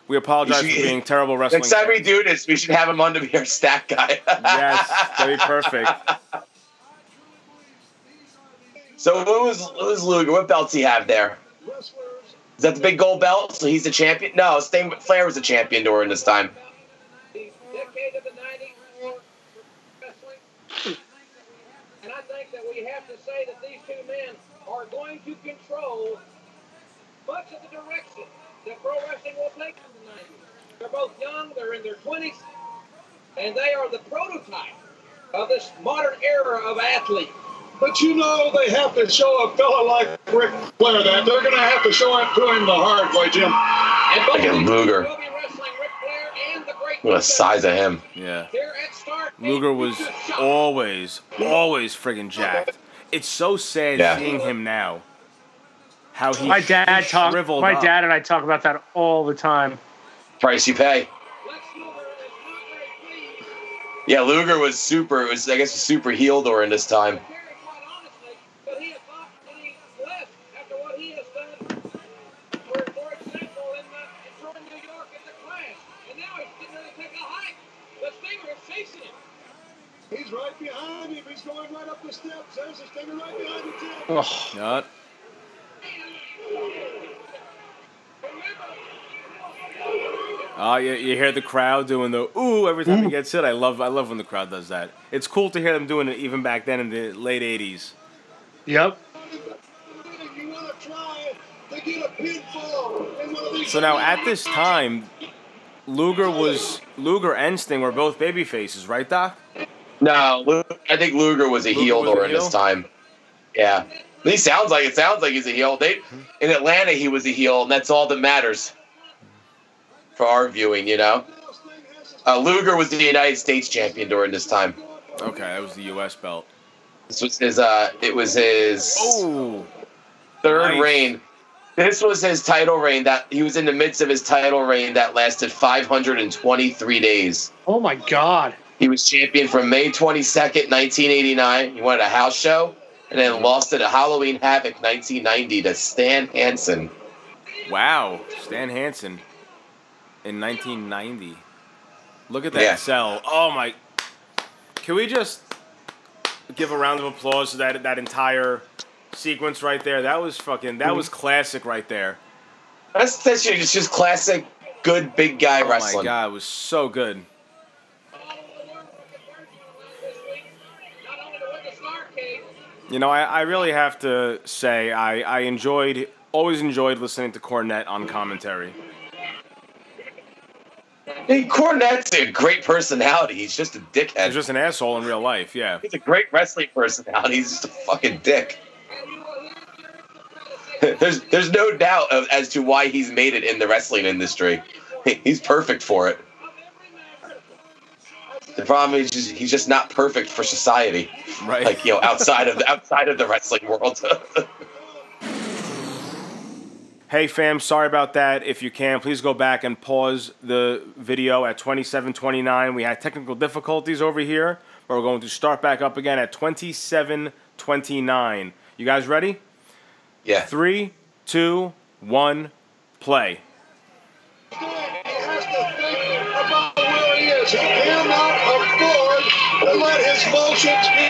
We apologize for You should- being terrible wrestling. Next time fans. we do this, we should have him on to be our stack guy. yes, that'd be perfect. so what was what was Luger? What belts he have there? Is that the big gold belt? So he's the champion? No, Sting Flair was the champion during this time. Decade of the 90s for wrestling. And I think that we have to say that these two men are going to control much of the direction that pro wrestling will take in the 90s. They're both young, they're in their 20s, and they are the prototype of this modern era of athlete. But you know they have to show a fella like Rick Flair that they're going to have to show it to him the hard way, Jim. And both Look at Luger. What the size of him. Yeah. Luger was always, always friggin' jacked. It's so sad Yeah. seeing him now. How he my dad he talk, shriveled My up. dad and I talk about that all the time. Price you pay. Yeah, Luger was super. It was I guess super heel during this time. He's right behind him. He's going right up the steps. There's a stinger right behind him, Jim. Ugh. Not- Ah, you, you hear the crowd doing the ooh every time he gets hit. I love, I love when the crowd does that. It's cool to hear them doing it even back then in the late '80s. Yep. You want to try So now at this time, Luger was Luger and Sting were both baby faces, right, Doc? No, Lu- I think Luger was a Luger heel was a during this heel? time. Yeah, he sounds like it sounds like he's a heel. They in Atlanta he was a heel, and that's all that matters for our viewing. You know, uh, Luger was the United States champion during this time. Okay, that was the U.S. belt. This was his. Uh, it was his Oh, third Nice. reign. This was his title reign. That he was in the midst of his title reign that lasted 523 days. Oh my God. He was champion from May 22nd, 1989. He won at a house show and Mm-hmm. then lost it at Halloween Havoc 1990 to Stan Hansen. Wow, Stan Hansen in 1990. Look at that Yeah. cell. Oh my! Can we just give a round of applause to that that entire sequence right there? That was fucking. That was classic right there. That's, that's just, it's just classic good big guy Oh wrestling. my god, it was so good. You know, I, I really have to say I, I enjoyed always enjoyed listening to Cornette on commentary. And Cornette's a great personality. He's just a dickhead. He's just an asshole in real life, yeah. He's a great wrestling personality. He's just a fucking dick. there's there's no doubt of, as to why he's made it in the wrestling industry. He's perfect for it. The problem is just, he's just not perfect for society. Right. Like you know, outside of the outside of the wrestling world. Hey fam, sorry about that. If you can, please go back and pause the video at 2729. We had technical difficulties over here, but we're going to start back up again at 2729. You guys ready? Yeah. Three, two, one, play.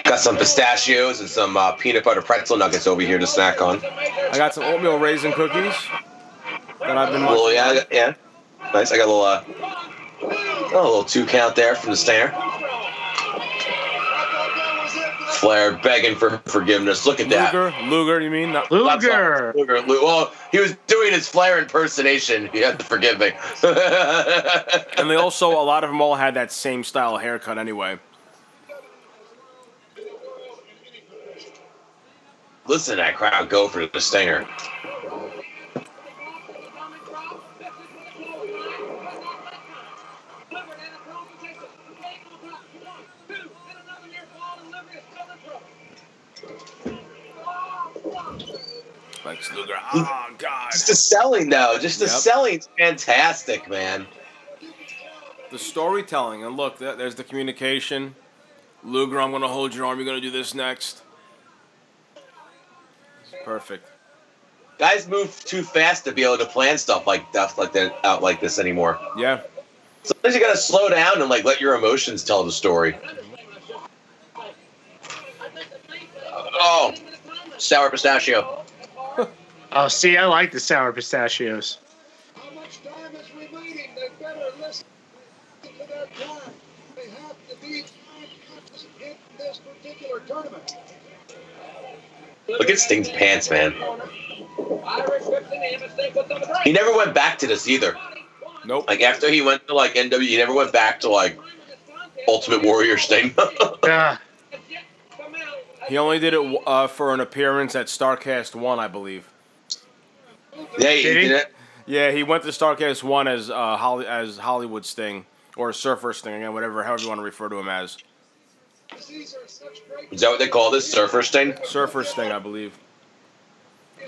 Got some pistachios and some uh, peanut butter pretzel nuggets over here to snack on. I got some oatmeal raisin cookies that I've been Well, watching. yeah, I got- yeah. Nice. I got a little, uh, oh, a little two count there from the snare. Flair begging for forgiveness. Look at that. Luger, Luger, you mean? Not- I'm sorry, Luger. Lu- Well, he was doing his Flair impersonation. You have to forgive me. and they also, a lot of them all had that same style haircut anyway. Listen to that crowd go for the stinger. Lex Luger. Oh, God. Just the selling, though. Just the Yep. selling's fantastic, man. The storytelling, and look, there- there's the communication. Luger, I'm going to hold your arm. You're going to do this next. Perfect. Guys move too fast to be able to plan stuff like stuff like that out like this anymore. Yeah. Sometimes you gotta slow down and like let your emotions tell the story. Oh, sour pistachio. Oh, see, I like the sour pistachios. Look at Sting's pants, man. He never went back to this either. Nope. Like after he went to like NW, he never went back to like Ultimate Warrior Sting. Yeah. He only did it uh, for an appearance at StarCast 1, I believe. yeah, he did it. Yeah, he went to StarCast 1 as, uh, Holly- as Hollywood Sting, or Surfer Sting, again, whatever, however you want to refer to him as. Is that what they call this? Surfer Sting? Surfer Sting, I believe. to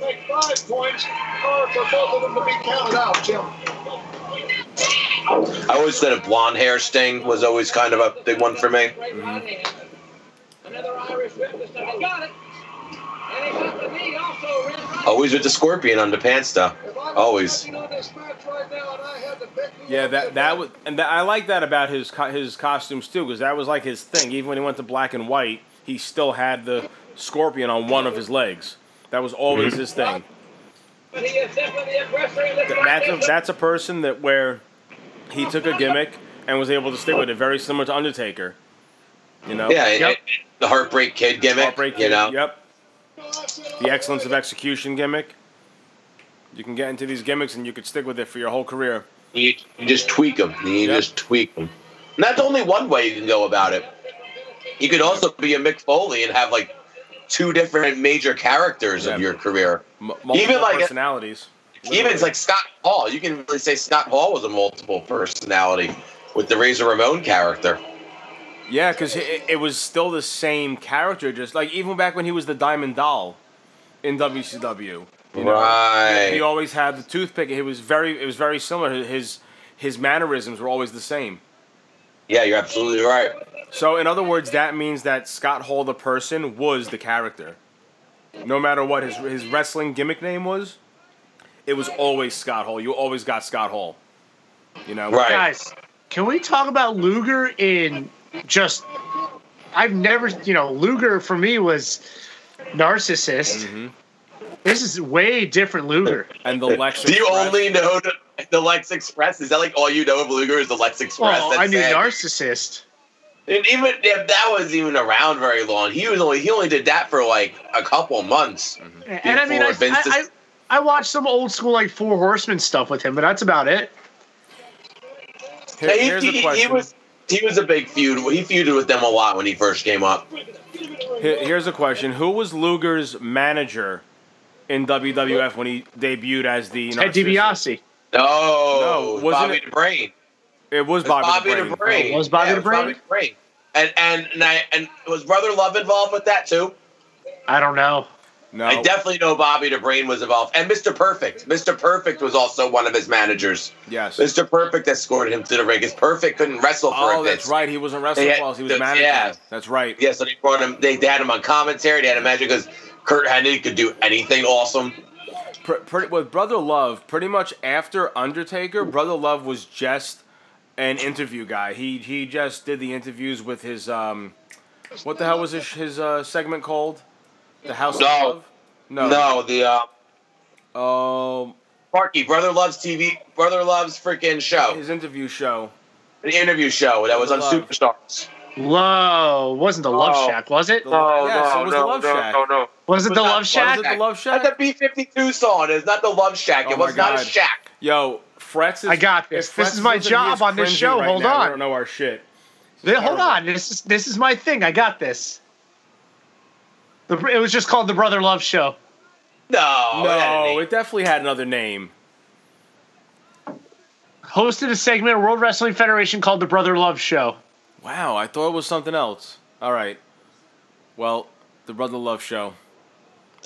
make five points or for both of them to be counted out, Jim. I always said a blonde hair Sting was always kind of a big one for me. Mm-hmm. Always with the scorpion on the pants though. Always. Yeah, that that was, and that, I like that about his co- his costumes too, because that was like his thing. Even when he went to black and white, he still had the scorpion on one of his legs. That was always Mhm. his thing. But he is definitely the aggressor in this Th- That's a, that's a person that where he took a gimmick and was able to stick with it, very similar to Undertaker. You know. Yeah, it- it- the Heartbreak Kid gimmick. Heartbreak you Kid, know, Yep. The excellence of execution gimmick. You can get into these gimmicks and you could stick with it for your whole career. You just tweak them. You just tweak them. And that's only one way you can go about it. You could also be a Mick Foley and have like two different major characters of your career. Multiple personalities. Even it's like Scott Hall. You can really say Scott Hall was a multiple personality with the Razor Ramon character. Yeah, because it, it was still the same character, just like even back when he was the Diamond Doll in WCW. You know, Right. He always had the toothpick. It was very, it was very similar. His his mannerisms were always the same. Yeah, you're absolutely right. So, in other words, that means that Scott Hall, the person, was the character. No matter what his his wrestling gimmick name was, it was always Scott Hall. You always got Scott Hall. You know, Guys, can we talk about Luger in just. I've never, you know, Luger for me was narcissist. Mm-hmm. This is way different Luger. And the Do you only know the, the Lex Express? Is that like all you know of Luger is the Lex Express? Well, That's I knew sad. narcissist. And even if that was even around very long, he was only he only did that for like a couple months. And I mean, I, Before Vince I, I, I watched some old school like Four Horsemen stuff with him, but that's about it. Hey, he, he- he was he was a big feud. He feuded with them a lot when he first came up. Here- Here's a question: Who was Luger's manager in WWF when he debuted as the Ted Narcissist? DiBiase. No, no, wasn't Bobby it? the Brain. It was Bobby, the Brain. Oh, was Bobby Yeah, the it was Brain? Brain. And and and, I, and was Brother Love involved with that too? I don't know. Oh, No. I definitely know Bobby the Brain was involved, and Mr. Perfect. Mr. Perfect was also one of his managers. Yes. Mr. Perfect escorted him to the ring. His Perfect couldn't wrestle for a Oh, bit. that's right. He wasn't wrestling They had- while he was the- managing. yeah. That's right. Yeah, so they brought him. They, they had him on commentary. They had him magic because Kurt Hennig could do anything awesome. Pr- pr- with Brother Love, pretty much after Undertaker, Brother Love was just an interview guy. He he just did the interviews with his um, what the hell was his his uh, segment called? The House No. of Love. Oh. No, the uh, um, Sparky Brother Loves TV. Brother Loves freaking show. His interview show. An interview show that was on Brother Love. Superstars. Lo wasn't the Love Oh. Shack, was it? No, no, no, no, no, no. Was it the not- Love Shack? Was it the Love Shack? That's a B fifty two song. It's not the Love Shack. Oh it was my not a God. shack. Yo, Fretz is. I got this. if This Fretz is my listening, job he's on this cringing show. right Hold now. We on. don't know our shit. Th- hold on. This is this is my thing. I got this. The, it was just called the Brother Love Show. No, no, it definitely had another name. Hosted a segment at World Wrestling Federation called the Brother Love Show. Wow, I thought it was something else. All right. Well, the Brother Love Show.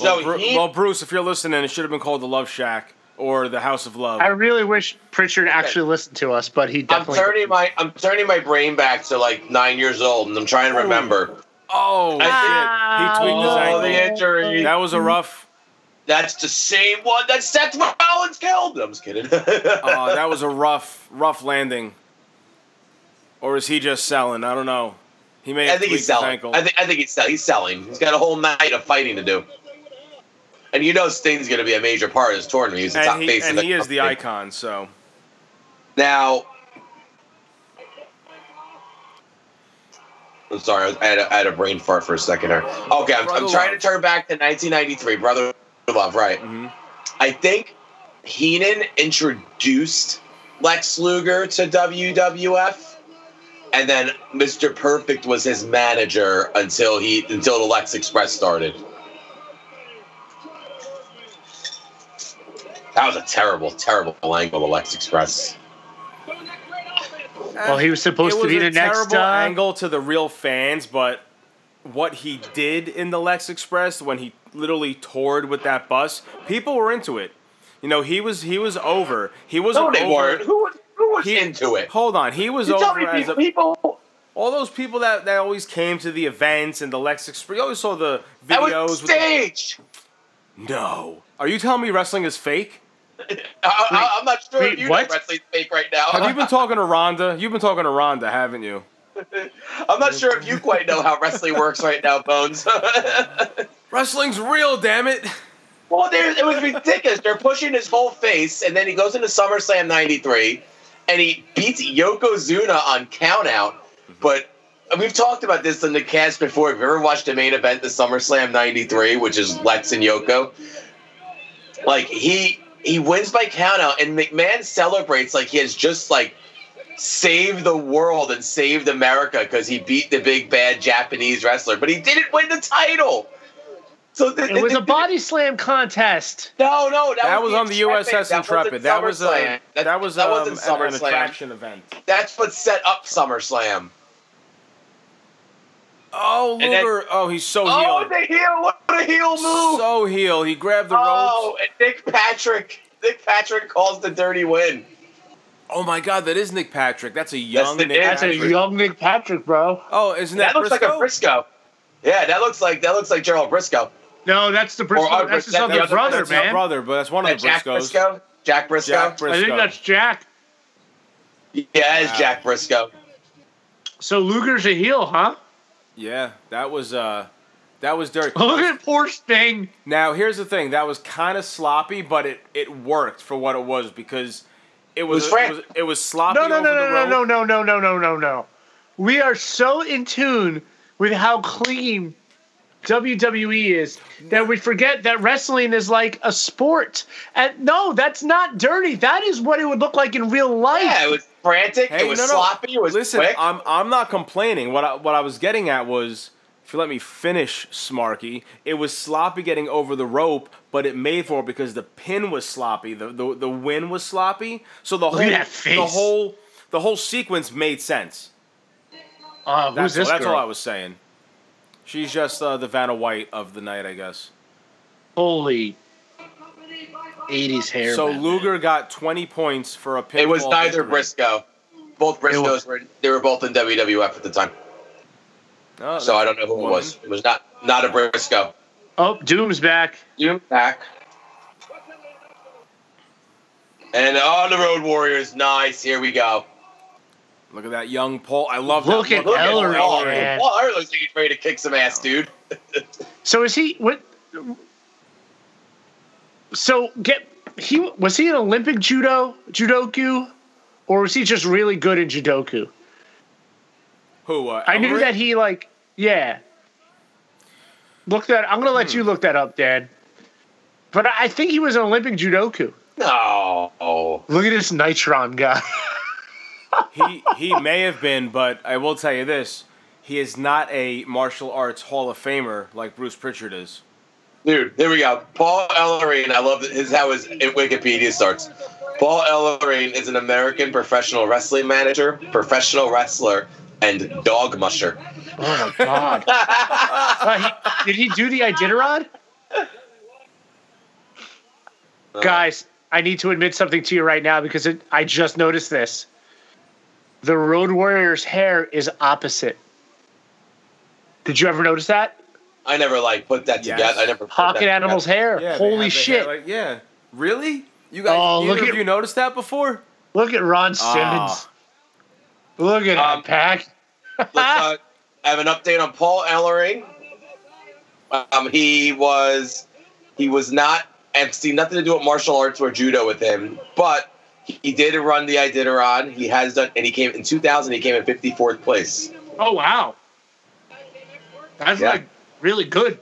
Well, Oh, So Bru- he- well, Bruce, if you're listening, it should have been called the Love Shack or the House of Love. I really wish Pritchard actually listened to us, but he I'm definitely. turning my I'm turning my brain back to like nine years old, and I'm trying to remember. Oh shit! He tweaked his ankle. the injury. That was a rough. That's the same one that Seth Rollins killed. I'm just kidding. Uh, that was a rough, rough landing. Or is he just selling? I don't know. He may. Have I think tweaked he's his selling. ankle. I think I think he's selling. He's selling. He's got a whole night of fighting to do. And you know Sting's going to be a major part of this tournament. He's the top and he, face of and the he is the company. icon. So Now, I'm sorry, I, was, I, had a, I had a brain fart for a second here. Okay, I'm, I'm Brother trying to turn back to 1993, Brother Love, right? I think Heenan introduced Lex Luger to WWF, and then Mr. Perfect was his manager until he until the Lex Express started. That was a terrible, terrible angle, the Lex Express. Well, he was supposed it to be was the a next, terrible uh, angle to the real fans, but what he did in the Lex Express when he literally toured with that bus, people were into it. You know, he was he was over. He was No, they weren't. Who, who was into it? Hold on, he was You tell over me as a, people. All those people that, that always came to the events and the Lex Express. You always saw the videos. That was with the- staged. no, are you telling me wrestling is fake? I, I, I'm not sure Wait, if you what? know wrestling's fake right now. Have you been talking to Rhonda? You've been talking to Rhonda, haven't you? I'm not sure if you quite know how wrestling works right now, Bones. Wrestling's real, damn it. Well, there, it was ridiculous. They're pushing his whole face, and then he goes into SummerSlam 93, and he beats Yokozuna on countout. But we've talked about this in the cast before. If you ever watched the main event, the SummerSlam 93, which is Lex and Yoko, like he He wins by countout, and McMahon celebrates like he has just like saved the world and saved America because he beat the big bad Japanese wrestler, but he didn't win the title. So th- It was a body slam contest. No, no, that, That would was be on the USS That wasn't Intrepid. That was SummerSlam. a that was that um, wasn't an- an SummerSlam. attraction event. That's what set up SummerSlam. Oh, And then- Luger! oh, he's so Oh, heel. the heel! What a heel move! So heel. He grabbed the oh, ropes. and Nick Patrick. Nick Patrick calls the dirty win. Oh my God, that is Nick Patrick. That's a young the Nick. Nick Patrick. Patrick. Young Nick Patrick, bro. Oh, isn't that, that looks like a Briscoe? Briscoe. Yeah, that looks like that looks like Gerald Briscoe. No, that's the Briscoe. Or, uh, that's his that- other the other- brother, that's Not man. brother, but that's one That of the Jack Briscoes. Briscoe. Jack Briscoe. Jack I think Briscoe. that's Jack. Yeah, it's Wow. Jack Briscoe. So Luger's a heel, huh? Yeah, that was uh, that was dirty. Look at poor Sting. Now here's the thing. That was kind of sloppy, but it it worked for what it was because it was was it Fran- was, it was sloppy. No, no, no, over no, the no, rope. no, no, no, no, no, no, no. We are so in tune with how clean WWE is that we forget that wrestling is like a sport. And no, that's not dirty. That is what it would look like in real life. Yeah, it was frantic. Hey, it was no, no. sloppy. It was Listen, quick. I'm I'm not complaining. What I, what I was getting at was, if you let me finish, Smarky, it was sloppy getting over the rope, but it made for it because the pin was sloppy. The the, the win was sloppy. So the at whole that face. the whole the whole sequence made sense. Uh, That's, who's this that's girl? all I was saying. She's just uh, the Vanna White of the night, I guess. Holy 80s hair. so man. Luger got 20 points for a pin. it was neither victory. Briscoe. Both Briscoes were they were both in WWF at the time. Oh, So I don't know who it was. It was not not a Briscoe. Oh, Doom's back. You back. And on the road warriors, nice. Here we go. Look at that young Paul. I love Look that. at look. at Ellery, Paul. man. Paul Ellery looks like he's ready to kick some ass, dude. So is he what So get he was he an Olympic judo judoku or was he just really good in judoku? Who? Uh, I knew Ellery? that he like yeah. Look that I'm gonna let you look that up, Dad. But I I think he was an Olympic judoku. No. Look at this Nitron guy. he he may have been, but I will tell you this: he is not a martial arts Hall of Famer like Bruce Pritchard is. Dude, here we go. Paul Ellering, I love his how his Wikipedia starts. Paul Ellering is an American professional wrestling manager, professional wrestler, and dog musher. oh my god. Uh, he- did he do the Iditarod? Uh, Guys, I need to admit something to you right now because it, I just noticed this. The Road Warrior's hair is opposite. Did you ever notice that? I never like put that Yes. together. I never put Pocket that Animal's together. hair. they have Holy the shit. hair like- yeah, really? You guys, Oh, either look of at- you noticed that before? Look at Ron Simmons. Ah. Look at Um, that pack. Let's, Ah. uh, I have an update on Paul Ellering. Um, he was he was not and see nothing to do with martial arts or judo with him, but he did run the Iditarod. He has done, and he came in 2000. He came in 54th place. Oh, wow. That's Yeah. like really good.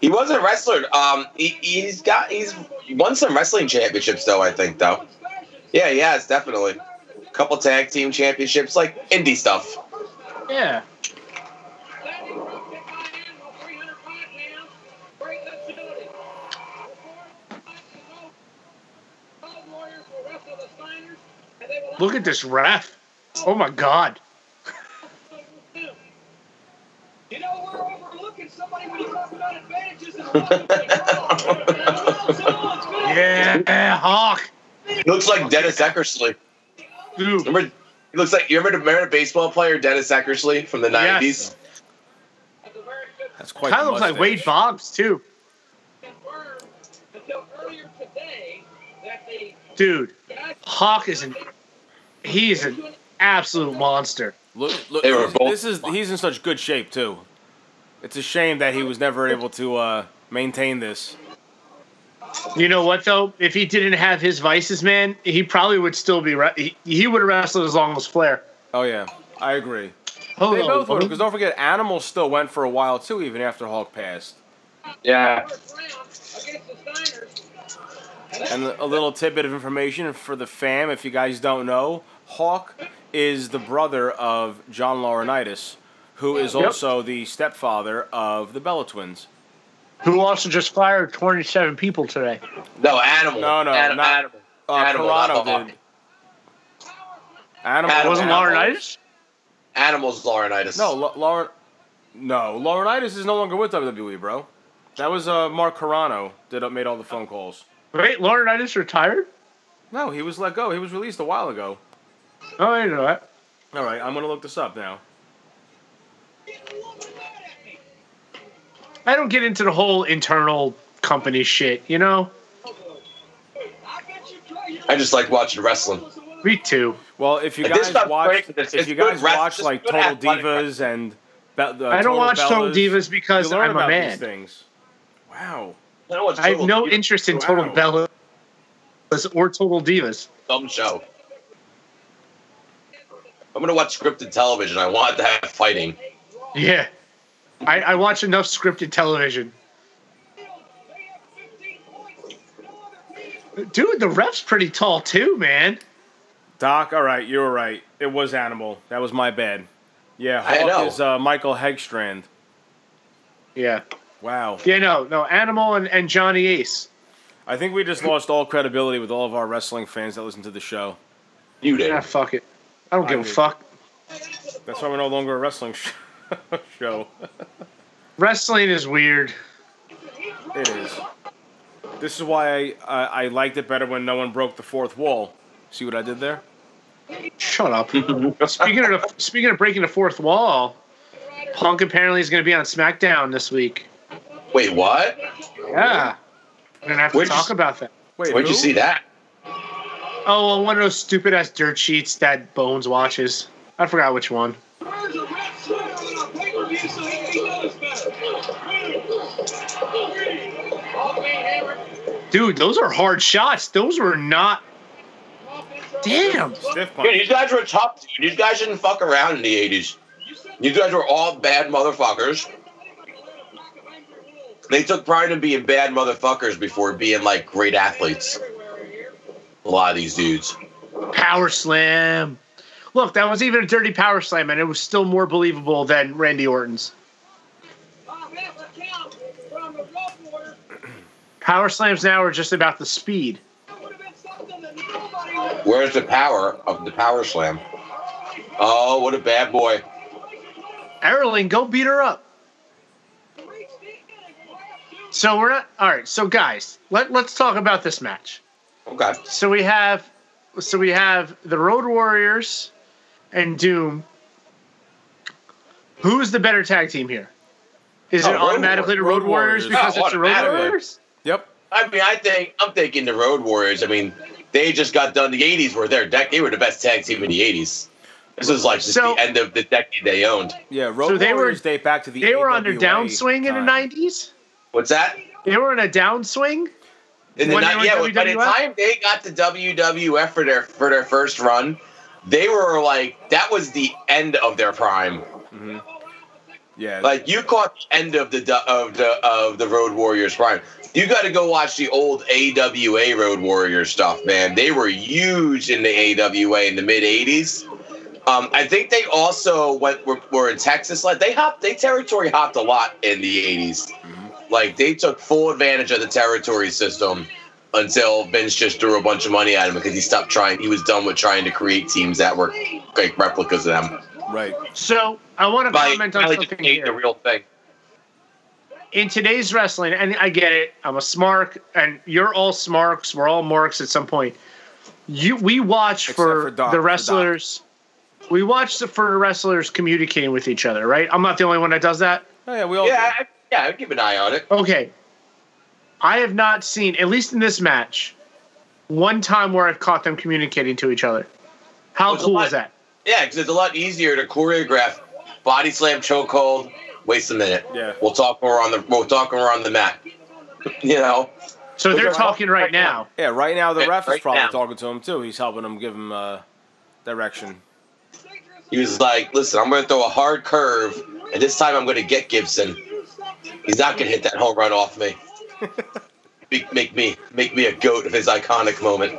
He was a wrestler. Um, he, he's got he's won some wrestling championships though. I think though. Yeah, he has definitely. Couple tag team championships, like indie stuff. Yeah. Look at this ref. Oh, my God. You know, we're overlooking somebody when you talk about advantages in life. Yeah. Yeah, Hawk. He looks like Dennis Eckersley. Dude. Remember, he looks like you remember the remember the baseball player Dennis Eckersley from the Yes. nineties. That's quite. Kind the of looks like mustache. Wade Boggs too, Until earlier today, that the dude. guys Hawk is an he is an absolute monster. Look, look. They were this, both- this is he's in such good shape too. It's a shame that he was never able to uh, maintain this. You know what though? If he didn't have his vices, man, he probably would still be re- he, he would have wrestled as long as Flair. Oh yeah, I agree. Hold They on. both were because don't forget, Animal still went for a while too, even after Hulk passed. Yeah. first round against the Steiners. And a little tidbit of information for the fam, if you guys don't know, Hawk is the brother of John Laurinaitis, who is Yep. also the stepfather of the Bella twins. Who also just fired 27 people today. No, animal. No, no, Anim- not animal. Uh, Animal, not Pirano the Hawk. did. Animal Wasn't Laurinaitis? Animals Laurinaitis. No, La- Lauren. No, Laurinaitis is no longer with WWE, bro. That was uh, Mark Carano that made all the phone calls. Wait, Laurinaitis retired? No, he was let go. He was released a while ago. Oh, I didn't know that. All right, I'm gonna look this up now. I don't get into the whole internal company shit, you know? I just like watching wrestling. Me too. Well, if you Like, this guys stuff's watch, great for this. if It's you good guys rest- watch it's like good Total athletic Divas and Be- uh, I don't Total watch Total Bellas, Divas because you learn I'm a about man. These things. Wow. I, don't watch I have Total no Divas. interest in Total Bellas or Total Divas. Dumb show. I'm gonna watch scripted television. I want to have fighting. Yeah. I, I watch enough scripted television. Dude, the ref's pretty tall too, man. Doc, all right, you were right. It was Animal. That was my bad. Yeah, I Hawk know. is uh, Michael Hegstrand. Yeah. Wow. Yeah, no, no. Animal and, and Johnny Ace. I think we just lost all credibility with all of our wrestling fans that listen to the show. You did. Ah, fuck it. I don't give a did. fuck. That's why we're no longer a wrestling sh- show. Wrestling is weird. It is. This is why I, I, I liked it better when no one broke the fourth wall. See what I did there? Shut up. speaking of speaking of breaking the fourth wall, Punk apparently is going to be on SmackDown this week. Wait, what? Yeah, we're gonna have to Where'd you talk s- about that. Wait, Where'd you who? see that? Oh, on one of those stupid ass dirt sheets that Bones watches. I forgot which one. Dude, those are hard shots. Those were not. Damn. Stiff Dude, punch. these guys were tough. Dude. These guys didn't fuck around in the '80s. You guys were all bad motherfuckers. They took pride in being bad motherfuckers before being like great athletes. A lot of these dudes. Power slam. Look, that was even a dirty power slam, and it was still more believable than Randy Orton's. Power slams now are just about the speed. Where's the power of the power slam? Oh, what a bad boy. Erling, go beat her up. So we're not all right. So guys, let let's talk about this match. Okay. So we have, so we have the Road Warriors, and Doom. Who's the better tag team here? Is Oh, it Road automatically the Road Warriors, because Oh, it's the Road automatically. Warriors? Yep. I mean, I think I'm thinking the Road Warriors. I mean, they just got done. The '80s were their deck. They were the best tag team in the '80s. This is like just So- the end of the decade they owned. Yeah, Road So they were- Warriors date back to the They were on their AWA downswing in the E time. nineties. What's that? They were in a downswing. In the When they ni- were yeah, by the WWF? time they got to WWF for their for their first run, they were like that was the end of their prime. Mm-hmm. Yeah. Like you caught the end of the du- of the of the Road Warriors prime. You got to go watch the old AWA Road Warrior stuff, man. They were huge in the AWA in the mid '80s. Um, I think they also went were, were in Texas. Like they hopped, they territory hopped a lot in the '80s. Like they took full advantage of the territory system until Vince just threw a bunch of money at him because he stopped trying. He was done with trying to create teams that were like replicas of them. right. So I want to By, comment on by just something creating here. the real thing. in today's wrestling, and I get it, I'm a smark, and you're all smarks, we're all marks at some point. You we watch Except for, for Doc, for the Doc. wrestlers. We watch the, for the wrestlers communicating with each other, right? I'm not the only one that does that. Oh, yeah, we all. Yeah, I, yeah, I'd keep an eye on it. Okay. I have not seen, at least in this match, one time where I've caught them communicating to each other. How Well, it's a cool lot- is that? Yeah, because it's a lot easier to choreograph body slam chokehold. Waste a minute. Yeah. We'll talk when we're on the we'll talk when we're on the mat. You know, So Well, they're they're talking right now. Yeah, right now the Yeah, ref is right probably now. talking to him too. He's helping him give him uh, direction. he was like, "Listen, I'm going to throw a hard curve, and this time I'm going to get Gibson. He's not going to hit that home run off me." make, make me make me a goat of his iconic moment.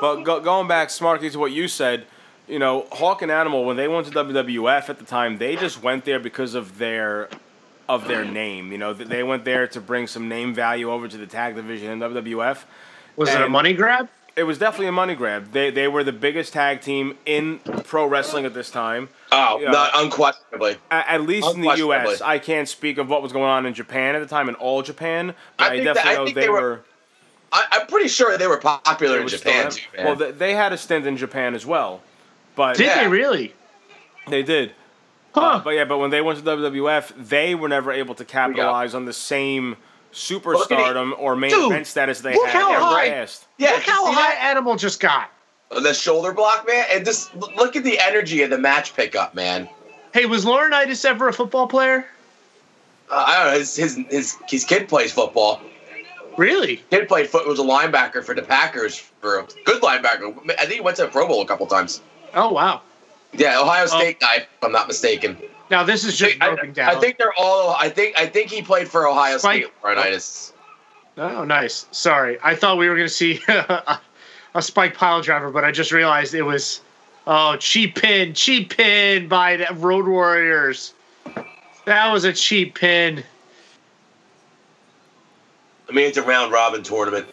But go, going back, Smarky, to what you said, you know, Hawk and Animal when they went to WWF at the time, they just went there because of their of their name. You know, th- they went there to bring some name value over to the tag division in WWF. Was it a money grab? It was definitely a money grab. They they were the biggest tag team in pro wrestling at this time. Oh, You know, not unquestionably. a- at least in the Unquestionably. U.S. I can't speak of what was going on in Japan at the time in all Japan, I but I, think that- definitely I know think they, they were- were I, I'm pretty sure they were popular they in were Japan still- too, man. Well, they, they had a stint in Japan as well, but Did they really? They did. Uh, but yeah, but when they went to WWF, they were never able to capitalize on the same superstardom or main Dude, event status they look had how in the high- past. yeah, Look how high Animal just got. the shoulder block, man, and just l- look at the energy of the match pickup, man. Hey, was Laurinaitis ever a football player? Uh, I don't know. His, his his his kid plays football. Really? Kid played foot was a linebacker for the Packers for a good linebacker. I think he went to the Pro Bowl a couple times. Oh wow. Yeah, Oh. Ohio State guy, if I'm not mistaken. Now this is just broken down. I think they're all. I think I think he played for Ohio Spike- State. Laurinaitis. Oh, nice. Sorry, I thought we were going to see a, spike pile driver, but I just realized it was oh cheap pin, cheap pin by the Road Warriors. That was a cheap pin. I mean, it's a round robin tournament.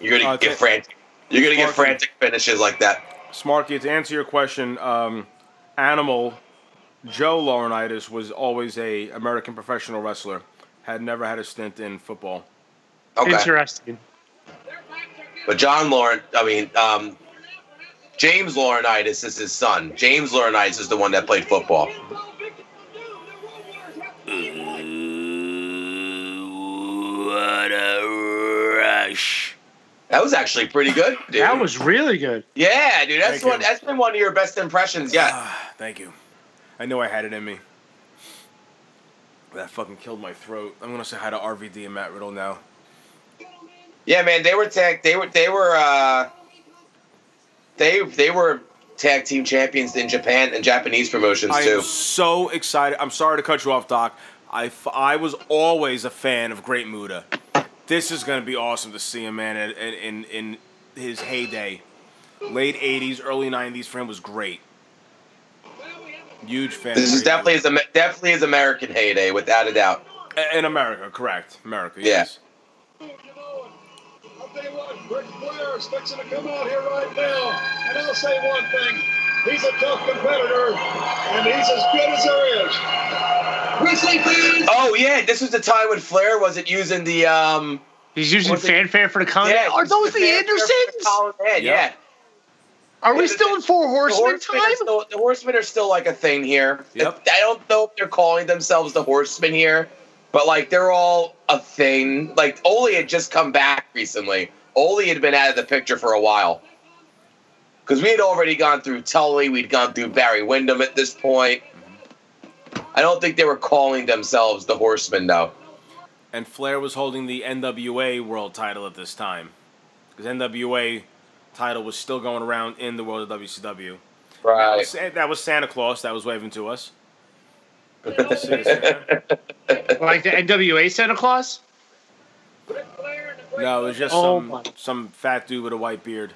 You're gonna Uh, get it's- frantic. You're gonna get Sparky. frantic finishes like that. Smarky, to answer your question, um, Animal Joe Laurinaitis was always a American professional wrestler. Had never had a stint in football. Okay. Interesting. But John Lauren, I mean, um, James Laurinaitis is his son. James Laurinaitis is the one that played football. What a rush. That was actually pretty good, dude. That was really good. Yeah, dude. That's Thank one. you. That's been one of your best impressions yet. Ah. Ah, Thank you. I knew I had it in me. That fucking killed my throat. I'm gonna say hi to RVD and Matt Riddle now. Yeah, man, they were tag. They were they were uh, they they were tag team champions in Japan and Japanese promotions I too. am so excited. I'm sorry to cut you off, Doc. I, f- I was always a fan of Great Muda. This is going to be awesome to see him, man, in, in, in his heyday. Late 80s, early 90s for him was great. Huge fan. This is of Great definitely his Am- definitely his American heyday, without a doubt. Muda. A- In America, correct. America, yes. I'll tell you what, Rick Flair is fixing to come out here right now, and I'll say one thing: he's a tough competitor, and he's as good as there is. Wrestling fans, Oh yeah, this was the time when Flair wasn't using the um. He's using What's it- fanfare for the comment. Yeah, Oh, Are those the the fanfare Andersons? Colin Head, Yeah. yeah. Are we still in Four The Horsemen horsemen, are time? still, the horsemen are still like a thing here. I don't know if they're calling themselves the horsemen here, but like they're all a thing. Like Ole had just come back recently. Ole had been out of the picture for a while. Because we had already gone through Tully, we'd gone through Barry Windham at this point. I don't think they were calling themselves the horsemen though. And Flair was holding the NWA world title at this time. Because NWA title was still going around in the world of WCW. That was, Sa- that was Santa Claus that was waving to us. like the NWA Santa Claus? No, it was just Oh some my- some fat dude with a white beard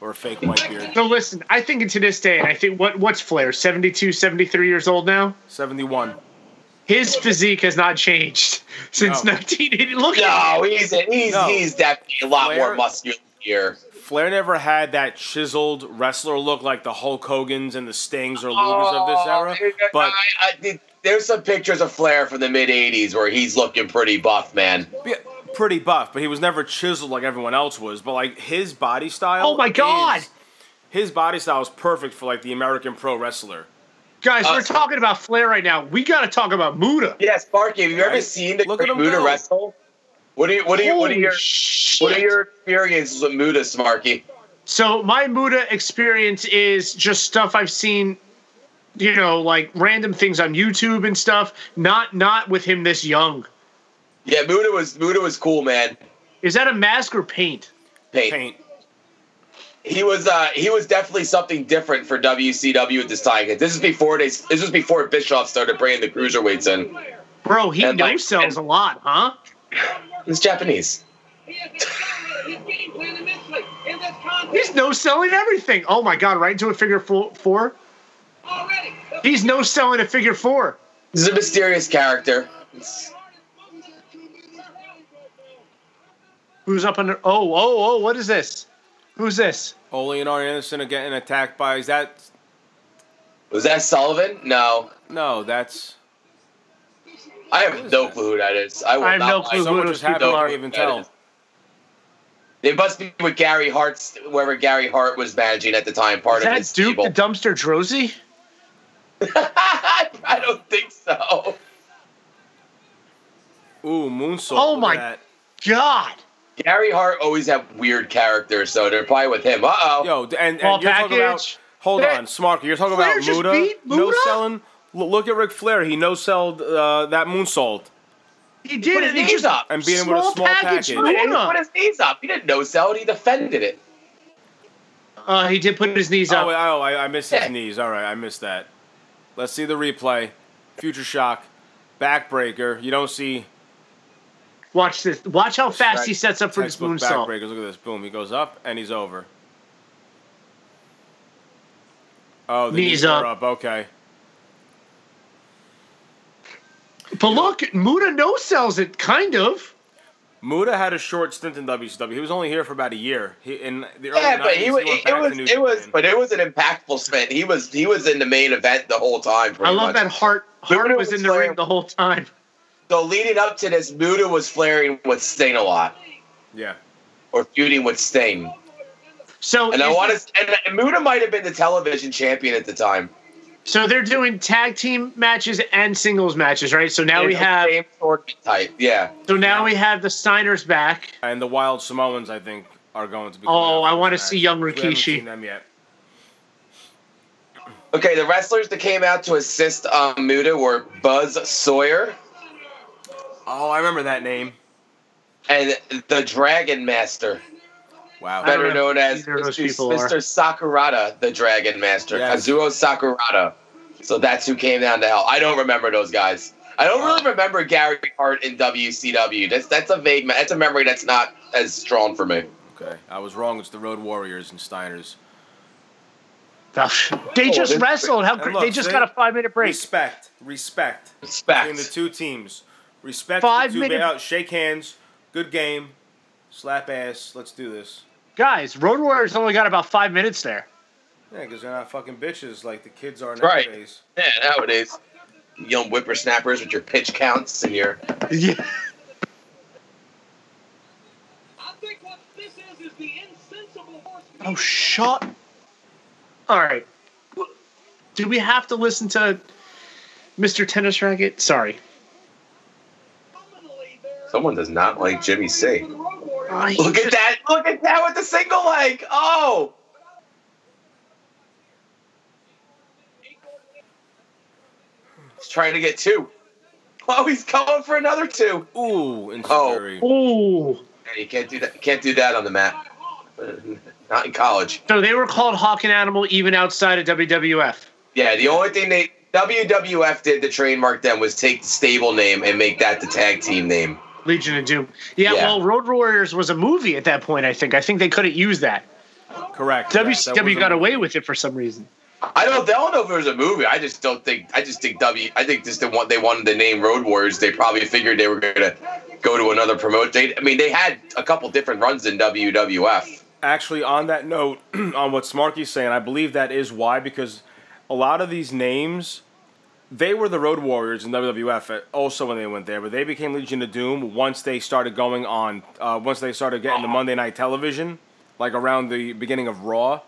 or a fake white beard. So listen, I think into this day, and I think what what's Flair 72, 73 years old now. Seventy one. His physique has not changed since No. 1980. Look at No, he's he's No. he's definitely a lot more Flair- muscular here. Flair never had that chiseled wrestler look like the Hulk Hogan's and the Stings or Lugas of this Oh, era. But I, I, did- there's some pictures of Flair from the mid '80s where he's looking pretty buff, man. yeah, pretty buff, but he was never chiseled like everyone else was. But like his body style. Oh my God. is- his body style is perfect for like the American pro wrestler. Guys, Uh, we're talking about Flair right now. We got to talk about Muda. Yeah, Sparky, have you ever Right? seen the Look great at him Muda go. wrestle? What do you what do you what are Holy your what shit. are your experiences with Muda, Smarky? So my Muda experience is just stuff I've seen, you know, like random things on YouTube and stuff. Not not with him this young. Yeah, Muda was Muda was cool, man. Is that a mask or paint? Paint. Paint. He was uh he was definitely something different for WCW at this time. This is before they this was before Bischoff started bringing the cruiserweights in. Bro, he And, no like, sells a lot, huh? It's Japanese. He's no selling everything. Oh my god! Right into a figure fo- four. He's no selling a figure four. This is a mysterious character. Who's up under? Oh, oh, oh! What is this? Who's this? Oh, Leonard Anderson are getting attacked by. Is that. Was that Sullivan? No. No, that's. I have no clue who that is. I, will I have not no lie. clue Someone who just those happened people to are. know who that is. They must be with Gary Hart's, wherever Gary Hart was managing at the time, part Is of that his Duke stable. the Dumpster Drosy? I don't think so. Ooh, Moonsault. Oh my god. Gary Hart always have weird characters, so they're probably with him. Uh oh. Yo, and, and you're talking about. Hold on, Smarky. You're talking Flair about just Muda. beat No Muda? selling. L- Look at Ric Flair. He no sold uh, that moonsault. He did put his and he knees just- up. And beat him with a small package. He put his knees up. He didn't no sell it. He defended it. Uh, he did put his knees Oh, up. wait, oh I, I missed his Yeah. knees. All right, I missed that. Let's see the replay. Future Shock. Backbreaker. You don't see. Watch this. Watch how fast he sets up for his Textbook moonsault. Backbreakers. Look at this. Boom. He goes up and he's over. Oh, the Knees knees, are up. up. Okay. But look, Muda no sells it, kind of. Muda had a short stint in WCW. He was only here for about a year. He, in the early Yeah, but 90s, he was. went It back to was. New It was. But it was an impactful spin. He was. He was in the main event the whole time. I pretty love much. that Hart. Hart Muda was was in the ring flaring- the whole time. So leading up to this, Muda was flaring with Sting a lot, Yeah. or feuding with Sting. So And I is want this- to. And, and Muda might have been the television champion at the time. So they're doing tag team matches and singles matches, right? So now we Yeah, have. Type. Yeah. So now we have the signers back. And the Wild Samoans, I think, are going to be. Oh, I want to see young We haven't seen Rikishi. them yet. Okay, the wrestlers that came out to assist um, Muda were Buzz Sawyer Oh, I remember that name. and the Dragon Master, Wow. better known as either of those Mr. people are. Mr. Sakurada, the Dragon Master, Yes. Kazuo Sakurada. So that's who came down to hell. I don't remember those guys. I don't really remember Gary Hart in WCW. That's that's a vague. me- That's a memory that's not as strong for me. Okay, I was wrong. It's the Road Warriors and Steiners. They just this- wrestled. How And cr- look, they just see? got a five minute break. Respect, respect between the Respect. two teams. Respect. Five to the two minute- ba- shake hands. Good game. Slap ass. Let's do this. Guys, Road Warriors only got about five minutes there. Yeah, because they're not fucking bitches like the kids are Right. nowadays. Yeah, nowadays, young whippersnappers with your pitch counts and your Yeah. Oh, shut. All right. Do we have to listen to Mr. Tennis Racket? Sorry. Someone does not like Jimmy C. I- Look at that! Look at that with the single leg. Oh, he's trying to get two. Oh, he's going for another two. Ooh, Oh. insecurity. Ooh. Hey, you can't do that. Can't do that on the mat. Not in college. So they were called Hawk and Animal even outside of WWF. Yeah, the only thing they WWF did to trademark them was take the stable name and make that the tag team name. Legion of Doom. Yeah, Yeah. well, Road Warriors was a movie at that point, I think. I think they couldn't use that. Correct. That- that was WCW a- got away with it for some reason. I don't. I don't know if it was a movie. I just don't think. I just think W. I think just they want they wanted the name Road Warriors. They probably figured they were going to go to another promote. They, I mean, they had a couple different runs in WWF. Actually, on that note, on what Smarky's saying, I believe that is why because a lot of these names, they were the Road Warriors in WWF at- also when they went there, but they became Legion of Doom once they started going on, uh, once they started getting the Monday Night Television, like around the beginning of Raw.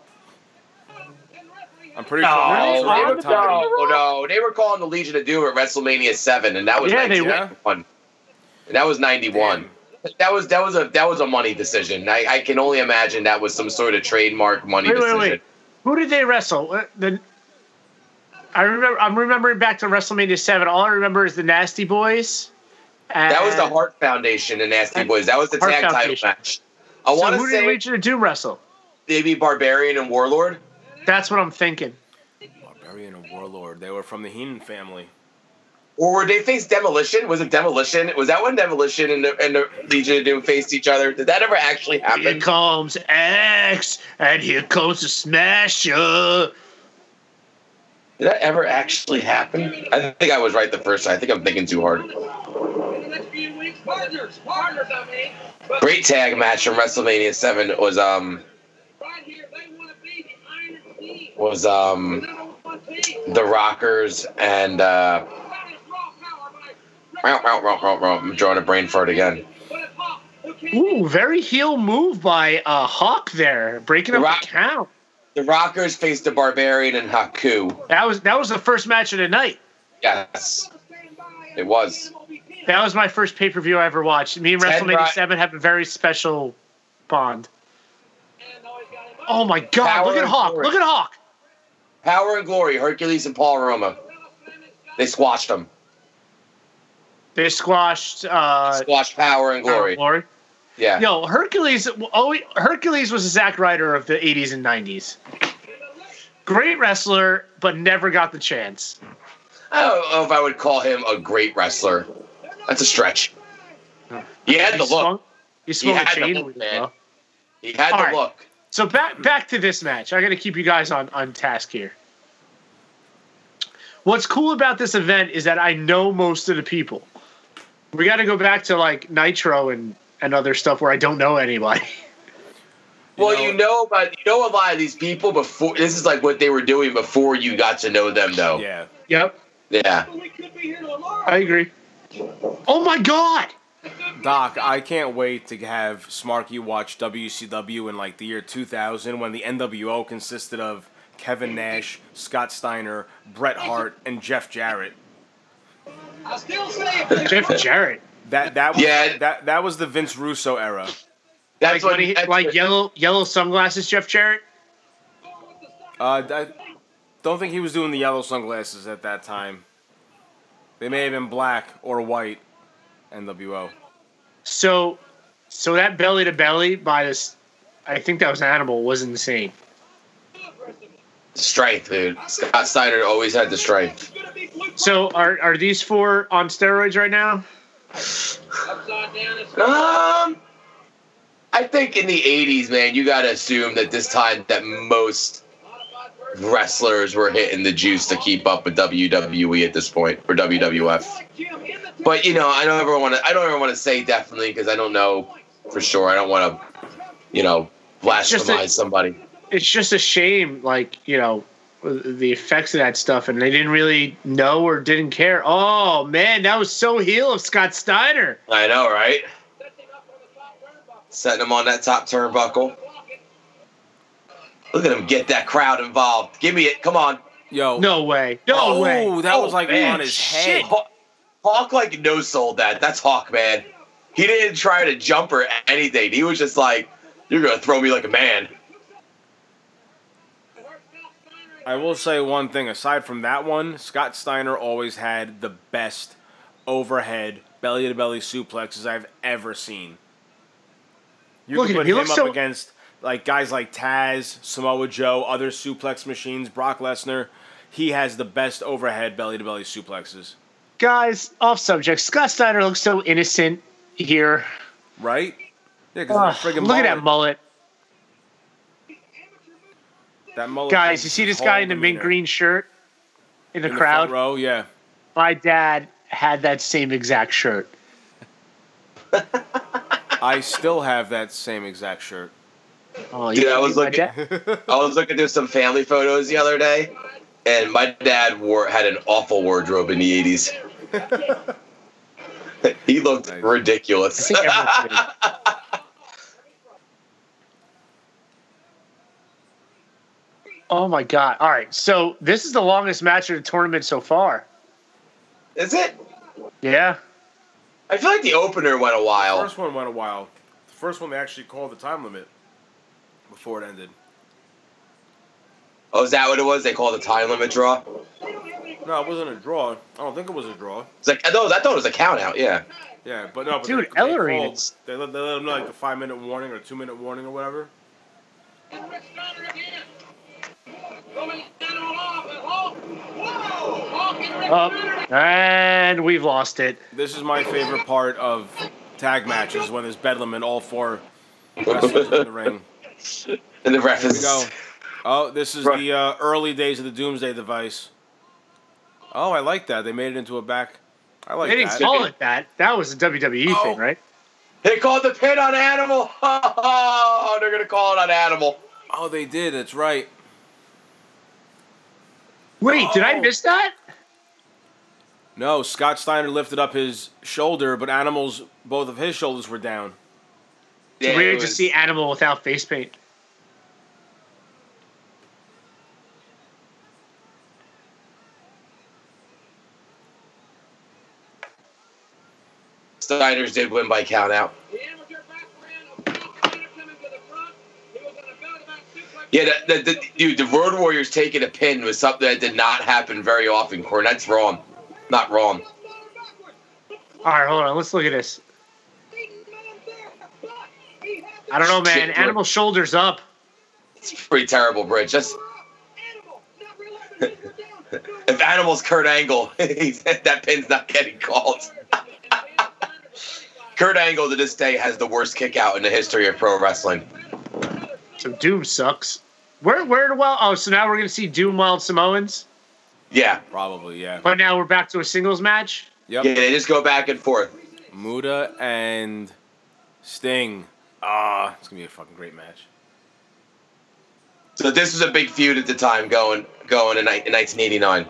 I'm pretty sure that was around the time. no, no, they were calling the Legion of Doom at WrestleMania Seven, and that was Yeah, they were. 91. And that was 91. That was that was a that was a money decision. I, I can only imagine that was some sort of trademark money Wait, decision. wait, wait. Who did they wrestle? Uh, The, I remember. I'm remembering back to WrestleMania Seven. All I remember is the Nasty Boys. That was the and- Hart Foundation and Nasty Boys. That was the Hart tag title Foundation. match. I So want to who did say Legion of Doom wrestle? maybe Barbarian and Warlord. That's what I'm thinking. Barbarian and Warlord. They were from the Heenan family. Or were they face demolition? Was it demolition? Was that when demolition and the, and the Legion of Doom faced each other? Did that ever actually happen? Here comes X, and here comes the Smasher. Did that ever actually happen? I think I was right the first time. I think I'm thinking too hard. Partners, partners, I mean. But Great tag match from WrestleMania Seven was um right here, they want to be the Iron Team. was um the Rockers and uh, wow, wow, wow, wow, wow. I'm drawing a brain fart again. Ooh, very heel move by uh, Hawk there, breaking up Rock- the count. The Rockers faced the Barbarian and Haku. That was that was the first match of the night. Yes, it was. That was my first pay per view I ever watched. Me and Ted WrestleMania Ry- Seven have a very special bond. Oh my God! Power look at and Hawk! glory. Look at Hawk! Power and Glory, Hercules and Paul Roma. They squashed them. They squashed uh, Squashed Power and Glory. Glory. Yeah. Yo, Hercules. Always, Hercules was the Zack Ryder of the '80s and '90s. Great wrestler, but never got the chance. I don't know if I would call him a great wrestler. That's a stretch. He had the swung- look. He swung a had the chain. look, with it, man. bro. He had All the right. look. So back back to this match. I got to keep you guys on on task here. What's cool about this event is that I know most of the people. We got to go back to like Nitro and and other stuff where I don't know anybody. well, you know about you know a lot of these people before. This is like what they were doing before you got to know them, though. Yeah. Yep, Yeah. I agree. Oh my god! Doc, I can't wait to have Smarky watch WCW in like the year 2000 when the NWO consisted of Kevin Nash, Scott Steiner, Bret Hart, and Jeff Jarrett. I still say it. Jeff Jarrett. That that was, Yeah. that that was the Vince Russo era. like That's what when he, that's like what- yellow yellow sunglasses, Jeff Jarrett. Uh, I don't think he was doing the yellow sunglasses at that time. They may have been black or white. NWO. So, so that belly to belly by this, I think that was Animal was insane. Strife, dude. Scott Steiner always had the strife. So are are these four on steroids right now? Upside down, it's Um, I think in the '80s, man, you gotta assume that this time that most wrestlers were hitting the juice to keep up with WWE at this point or WWF. But you know, I don't ever want to. I don't ever want to say definitely because I don't know for sure. I don't want to, you know, blasphemize somebody. It's just a shame, like you know, the effects of that stuff, and they didn't really know or didn't care. Oh man, that was so heel of Scott Steiner. I know, right? Setting them on that top turnbuckle. Look at him get that crowd involved. Give me it. Come on. Yo. No way, no oh, way. that was like man, on his shit. head. Haw- Hawk like no sold that. That's Hawk, man. He didn't try to jump or anything. He was just like, "You're gonna throw me like a man." I will say one thing. Aside from that one, Scott Steiner always had the best overhead belly to belly suplexes I've ever seen. You Look can at put him. He him up looks so- against like guys like Taz, Samoa Joe, other suplex machines, Brock Lesnar. He has the best overhead belly to belly suplexes. Guys, off subject. Scott Steiner looks so innocent here. Right? Yeah, Ugh, because look at that mullet, That mullet guys. changes You see his this guy whole in the mint demeanor. green shirt in the In the crowd. front row, yeah. My dad had that same exact shirt. I still have that same exact shirt. Oh, Dude, I kidding me? was My looking- dad- I was looking through some family photos the other day, and my dad wore had an awful wardrobe in the '80s. he looked Nice. I ridiculous. think everyone's kidding. Oh my god! All right, so this is the longest match of the tournament so far. Is it? Yeah, I feel like the opener went a while. First one went a while. The first one they actually called the time limit before it ended. Oh, is that what it was? They called the time limit draw. No, it wasn't a draw. I don't think it was a draw. It's like no, I thought it was a count out. Yeah. Yeah, but no, but Dude, they, Ellery- They, called, they, let, they let them know like a five minute warning or two minute warning or whatever. Rick Steiner again. Coming down on off, and Hulk. Whoa! Hulk and Up. Oh, And we've lost it. This is my favorite part of tag matches when there's bedlam and all four wrestlers in the ring. And the ref Here we is. go. Oh, this is the uh, early days of the Doomsday device. Oh, I like that. They made it into a back. I like they didn't that. Oh. call it that. That was a WWE thing, right? They called the pin on Animal. Oh, they're gonna call it on Animal. Oh, they did. That's right. Wait, did I miss that? No, Scott Steiner lifted up his shoulder, but animals, both of his shoulders were down. It's Yeah, weird it to was- see animal without face paint. Steiners did win by count out. Yeah, the, the, the, dude, the Road Warriors taking a pin was something that did not happen very often, Corn. That's wrong. Not wrong. All right, hold on. Let's look at this. I don't know, man. Shit, Animal shoulders up. It's pretty terrible, Bridge. That's. if Animal's Kurt Angle, he's, that pin's not getting called. Kurt Angle to this day has the worst kick out in the history of pro wrestling. So Doom sucks. Where where do well? Oh, so now we're gonna see Doom Wild Samoans. Yeah. Probably, yeah. But now we're back to a singles match. Yep. Yeah, they just go back and forth. Muda and Sting. Ah, it's gonna be a fucking great match. So this was a big feud at the time going going in, ni- in 1989.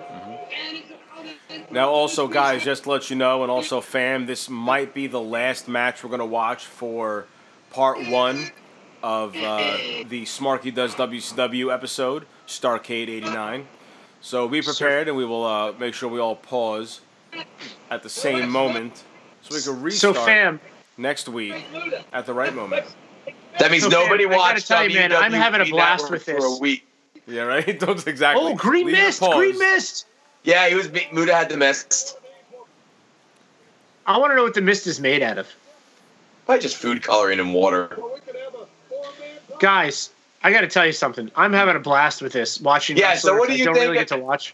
Now, also, guys, just to let you know, and also, fam, this might be the last match we're gonna watch for part one of uh, the Smarky Does WCW episode, Starcade '89. So be prepared, and we will uh, make sure we all pause at the same moment so we can So restart fam, next week at the right moment. That means So, fam, nobody I gotta watched tell you, man, I'm WWE having a blast Network with for a this. week. Yeah, right. That's exactly. Oh, green Leave it mist, paused. green mist. Yeah, he was be- Muda had the mist. I want to know what the mist is made out of, Probably just food coloring and water. guys. I got to tell you something. I'm having a blast with this watching. Yeah, so wrestlers what do I you don't think really of- get to watch.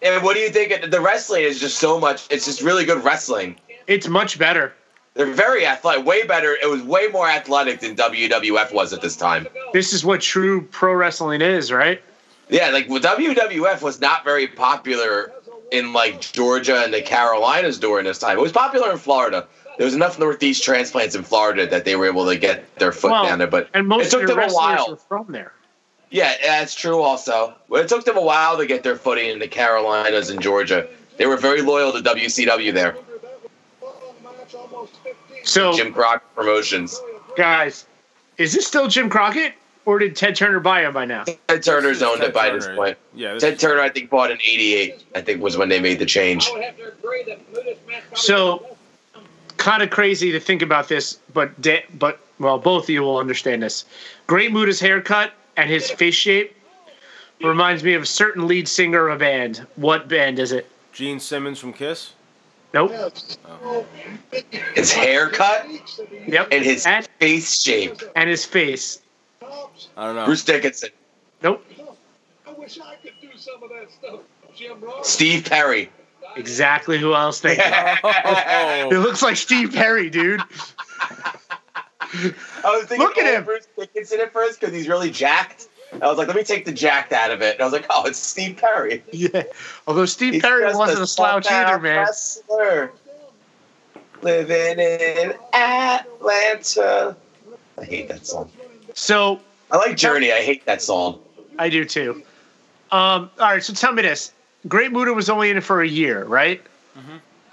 And what do you think? The wrestling is just so much. It's just really good wrestling. It's much better. They're very athletic, way better. It was way more athletic than WWF was at this time. This is what true pro wrestling is, right? Yeah, like well, WWF was not very popular in like Georgia and the Carolinas during this time. It was popular in Florida. There was enough Northeast transplants in Florida that they were able to get their foot Well, down there, but And most it took of the them a wrestlers while. are from there. Yeah, that's true. Also, well, it took them a while to get their footing in the Carolinas and Georgia. They were very loyal to WCW there. So, Jim Crockett Promotions. guys, is this still Jim Crockett, or did Ted Turner buy him by now? Ted Turner's owned Ted it by Turner. this point. Yeah, this Ted Turner, I think, bought in '88. I think was when they made the change. So, kind of crazy to think about this, but da- but well, both of you will understand this. Great Muda's haircut and his face shape reminds me of a certain lead singer of a band. What band is it? Gene Simmons from Kiss. Nope. His haircut Yep. and his and, face shape. and his face. I don't know. Bruce Dickinson, Nope. I wish I could do some of that stuff, Jim Ross. Steve Perry. Exactly who I was thinking. Oh. It looks like Steve Perry, dude. I was thinking Look at oh, him. Bruce Dickinson at first because he's really jacked. I was like, let me take the jacked out of it. And I was like, oh, it's Steve Perry. Yeah. Although Steve He's Perry just wasn't a slouch small-town either, man. Wrestler. Living in Atlanta. I hate that song. So I like Journey. I hate that song. I do too. Um, all right, so tell me this. Great Muda was only in it for a year, right?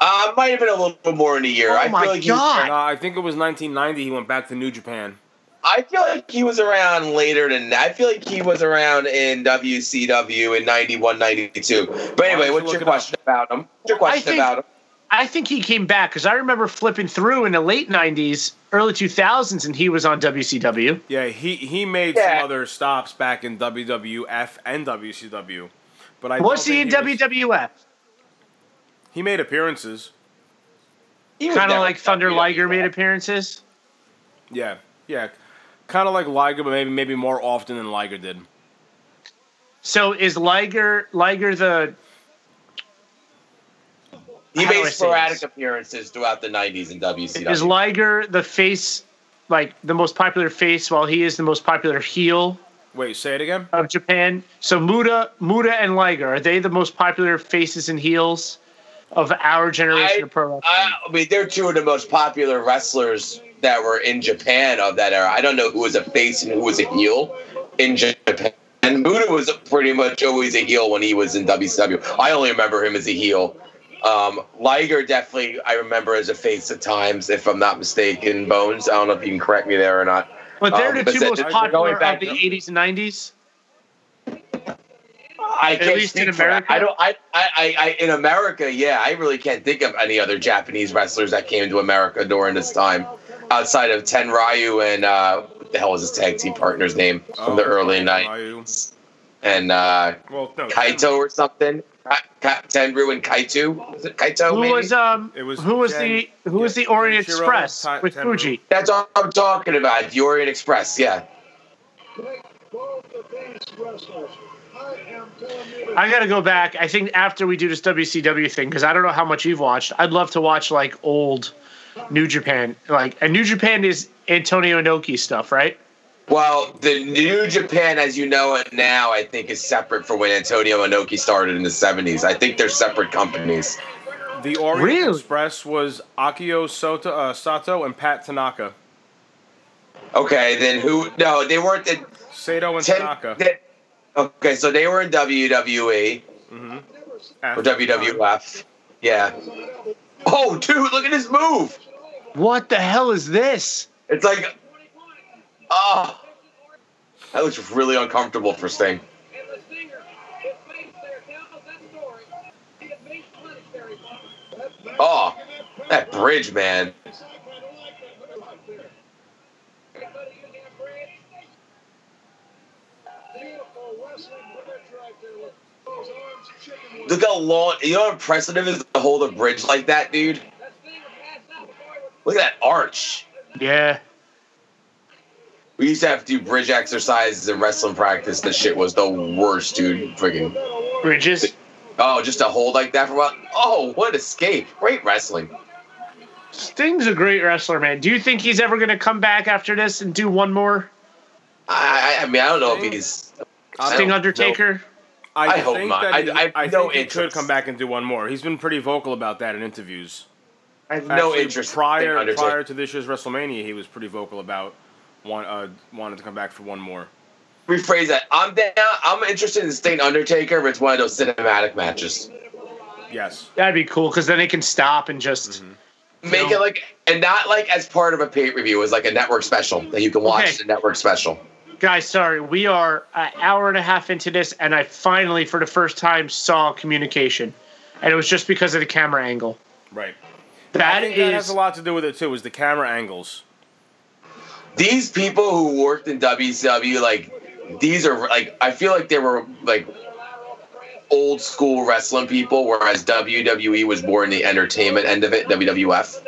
Uh, might have been a little bit more in a year. Oh I my feel like he- God. No, I think it was 1990. He went back to New Japan. I feel like he was around later than that. I feel like he was around in WCW in 91, 92. But anyway, you what's look it your up? question about him? What's your question I think- about him? I think he came back because I remember flipping through in the late 90s, early 2000s, and he was on WCW. Yeah, he he made Yeah. some other stops back in WWF and WCW, but I was don't he in think was- WWF? He made appearances. He was Kind of never E. like Thunder WWE. Liger made appearances? Yeah, yeah, kind of like Liger, but maybe maybe more often than Liger did. So is Liger Liger the He how do made I say sporadic appearances throughout the '90s in WCW. Is Liger the face, like the most popular face, while he is the most popular heel Wait, say it again. of Japan? So Muda, Muda, and Liger are they the most popular faces and heels of our generation of pro wrestling? I, I mean, they're two of the most popular wrestlers that were in Japan of that era. I don't know who was a face and who was a heel in Japan. And Muda was pretty much always a heel when he was in WCW. I only remember him as a heel. Um, Liger definitely I remember as a face at times, if I'm not mistaken. Bones, I don't know if you can correct me there or not. but Um, they're the two that- most going popular back of the '80s and '90s. I At can't least speak in for- America? I don't. I, I, I, I. In America, yeah, I really can't think of any other Japanese wrestlers that came to America during this time, outside of Ten Ryu and uh, what the hell was his tag team partner's name from the early nineties, and uh, Oh, Well, no. Kaito or something. Ka- Ka- Tenru and Kaito. Was it Kaito? Who maybe? was um? who was Jen- the who was the Orient Shiro, Express Ta- with Tenru. Fuji? That's all I'm talking about. The Orient Express. Yeah. I got to go back. I think after we do this WCW thing, because I don't know how much you've watched. I'd love to watch like old New Japan, like and New Japan is Antonio Inoki stuff, right? Well, the New Japan, as you know it now, I think is separate from when Antonio Inoki started in the 70s. I think they're separate companies. The Orient Express was Akio Soto, uh, Sato and Pat Tanaka. Okay, then who? No, they weren't the. Sato and Tanaka. okay, so they were in WWE Mm-hmm. or WWF. Yeah. Oh, dude, look at this move. What the hell is this? It's like, oh, that looks really uncomfortable for Sting. Oh, that bridge, man. Look how long. You know how impressive it is to hold a bridge like that, dude? Look at that arch. Yeah. We used to have to do bridge exercises and wrestling practice. This shit was the worst, dude. Freaking. Bridges? Oh, just a hold like that for a while. Oh, what escape. Great wrestling. Sting's a great wrestler, man. Do you think he's ever going to come back after this and do one more I, I, I mean, I don't know if he's. I don't Sting know. Undertaker? I, I hope think not. That I- he, I have I no think he could interest. come back and do one more. He's been pretty vocal about that in interviews. I have no interest in Prior, Undertaker. prior to this year's WrestleMania, he was pretty vocal about want, uh, wanted to come back for one more. Rephrase that. I'm down. I'm interested in Sting Undertaker, but it's one of those cinematic matches. Yes. That'd be cool because then they can stop and just. Make it like, and not like as part of a pay per view, as like a network special that you can watch Okay. the network special. Guys, sorry, we are an hour and a half into this, and I finally, for the first time, saw communication, and it was just because of the camera angle. Right. I That think that has is a lot to do with it too. Is the camera angles? these people who worked in WCW, like these are like I feel like they were like old school wrestling people, whereas WWE was more in the entertainment end of it, WWF.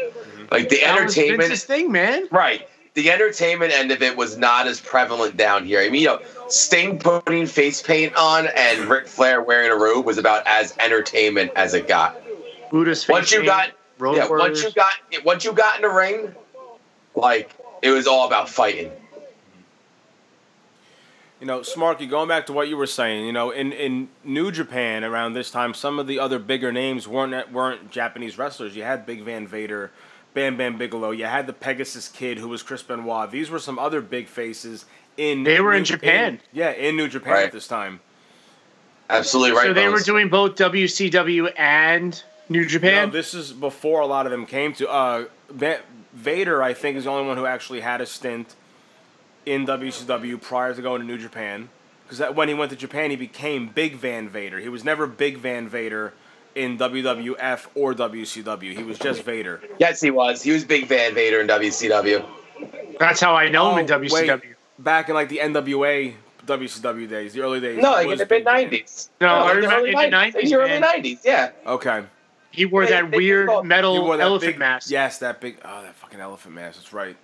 Like the that was entertainment Vince's thing, man. Right. The entertainment end of it was not as prevalent down here. I mean, you know, Sting putting face paint on and Ric Flair wearing a robe was about as entertainment as it got. Buddha's Once you face got, paint, Road yeah, once Warriors. you got, once you got in the ring, like it was all about fighting. You know, Smarky, going back to what you were saying, you know, in, in New Japan around this time, some of the other bigger names weren't weren't Japanese wrestlers. You had Big Van Vader, Bam Bam Bigelow. You had the Pegasus Kid, who was Chris Benoit. These were some other big faces in. They were in New- Japan. yeah, in New Japan Right. at this time. Absolutely right. so they were Bones. doing both WCW and New Japan. No, this is before a lot of them came to. Uh, Va- Vader, I think, is the only one who actually had a stint in WCW prior to going to New Japan. Because when he went to Japan, he became Big Van Vader. He was never Big Van Vader in WWF or WCW. He was just Vader. Yes, he was. He was Big Van Vader in WCW. That's how I know him in Oh, WCW. wait, back in like the NWA, WCW days, the early days. No, he like in was the mid nineties. No, I remember in the In nineties. the early nineties, yeah. Okay. He wore that weird metal You wore that elephant big, mask. Yes, that big. Oh, that fucking elephant mask. That's right.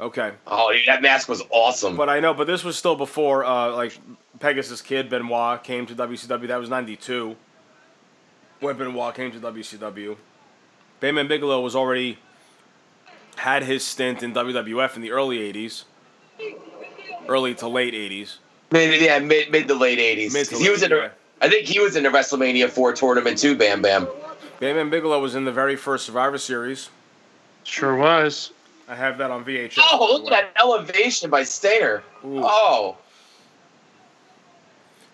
Okay. Oh, dude, that mask was awesome. But I know, but this was still before uh, like Pegasus Kid Benoit came to WCW. That was '92. Wimp and Wall came to WCW. Bayman Bigelow was already had his stint in WWF in the early '80s, early to late '80s. Mid, yeah, mid mid to late eighties. Mid to He late, was in. A, I think he was in the WrestleMania four tournament too. Bam Bam. Bayman Bigelow was in the very first Survivor Series. Sure was. I have that on VHS. Oh, look at that elevation by Stater. Oh,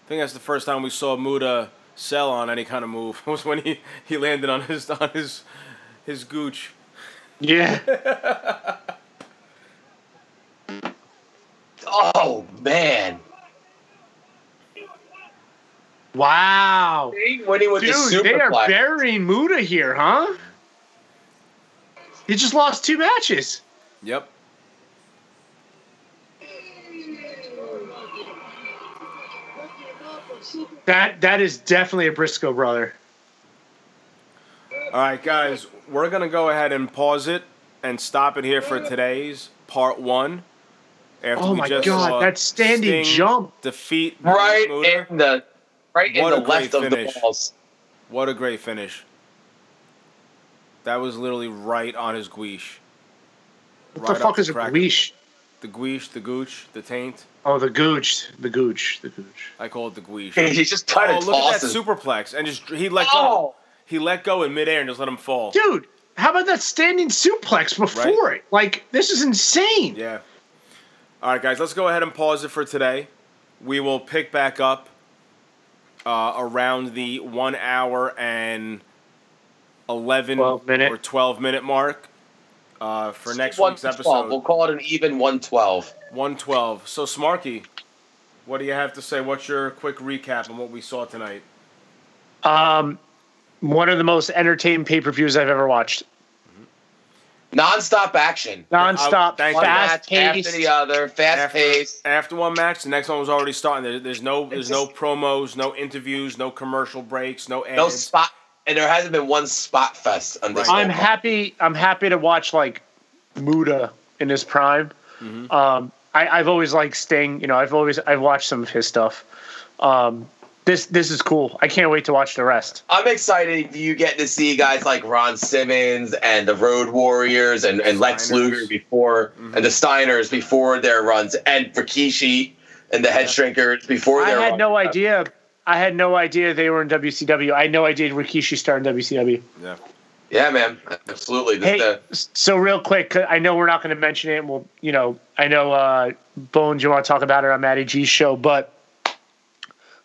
I think that's the first time we saw Muda sell on any kind of move was when he, he landed on his on his his gooch. Yeah. oh man. Wow. Winning with the Dude, they are superplex. burying Muda here, huh? He just lost two matches. Yep. That that is definitely a Briscoe brother. All right, guys, we're gonna go ahead and pause it and stop it here for today's part one. After Oh we my just God, saw that standing Sting jump. defeat Right Muda. in the right in What the a great left of the finish. balls. What a great finish! That was literally right on his guiche. What the fuck is a guiche? The guiche, the gooch, the taint. Oh, the gooch, the gooch, the gooch. I call it the guiche. He just tried oh, to look at toss that it. superplex and just he let go. He let go in midair and just let him fall. Dude, how about that standing suplex before it? Like this is insane. Yeah. All right, guys, let's go ahead and pause it for today. We will pick back up uh, around the one hour and eleven minute. or twelve minute mark uh, for next One week's to 12. episode. We'll call it an even one twelve. One twelve. So Smarky, what do you have to say? What's your quick recap on what we saw tonight? Um, one of the most entertaining pay per views I've ever watched. Non-stop action. Nonstop, one fast match paced. after the other, fast paced. After one match, the next one was already starting. There, there's no, there's no promos, no interviews, no commercial breaks, no ads. No spot, and there hasn't been one spot fest on this. I'm whole- happy. I'm happy to watch like Muda in his prime. Um, I, I've always liked Sting. You know, I've always I've watched some of his stuff. Um, this this is cool. I can't wait to watch the rest. I'm excited. You get to see guys like Ron Simmons and the Road Warriors and, and Lex Luger before, and the Steiners before their runs, and Rikishi and the Head Shrinkers before I their had run. no idea. I had no idea they were in WCW. I know I did Rikishi star in WCW. Yeah. Yeah, man. Absolutely. This- Hey, the- s- so real quick, 'cause I know we're not going to mention it. And we'll, you know, I know uh, Bones, you want to talk about it on Matty G's show, but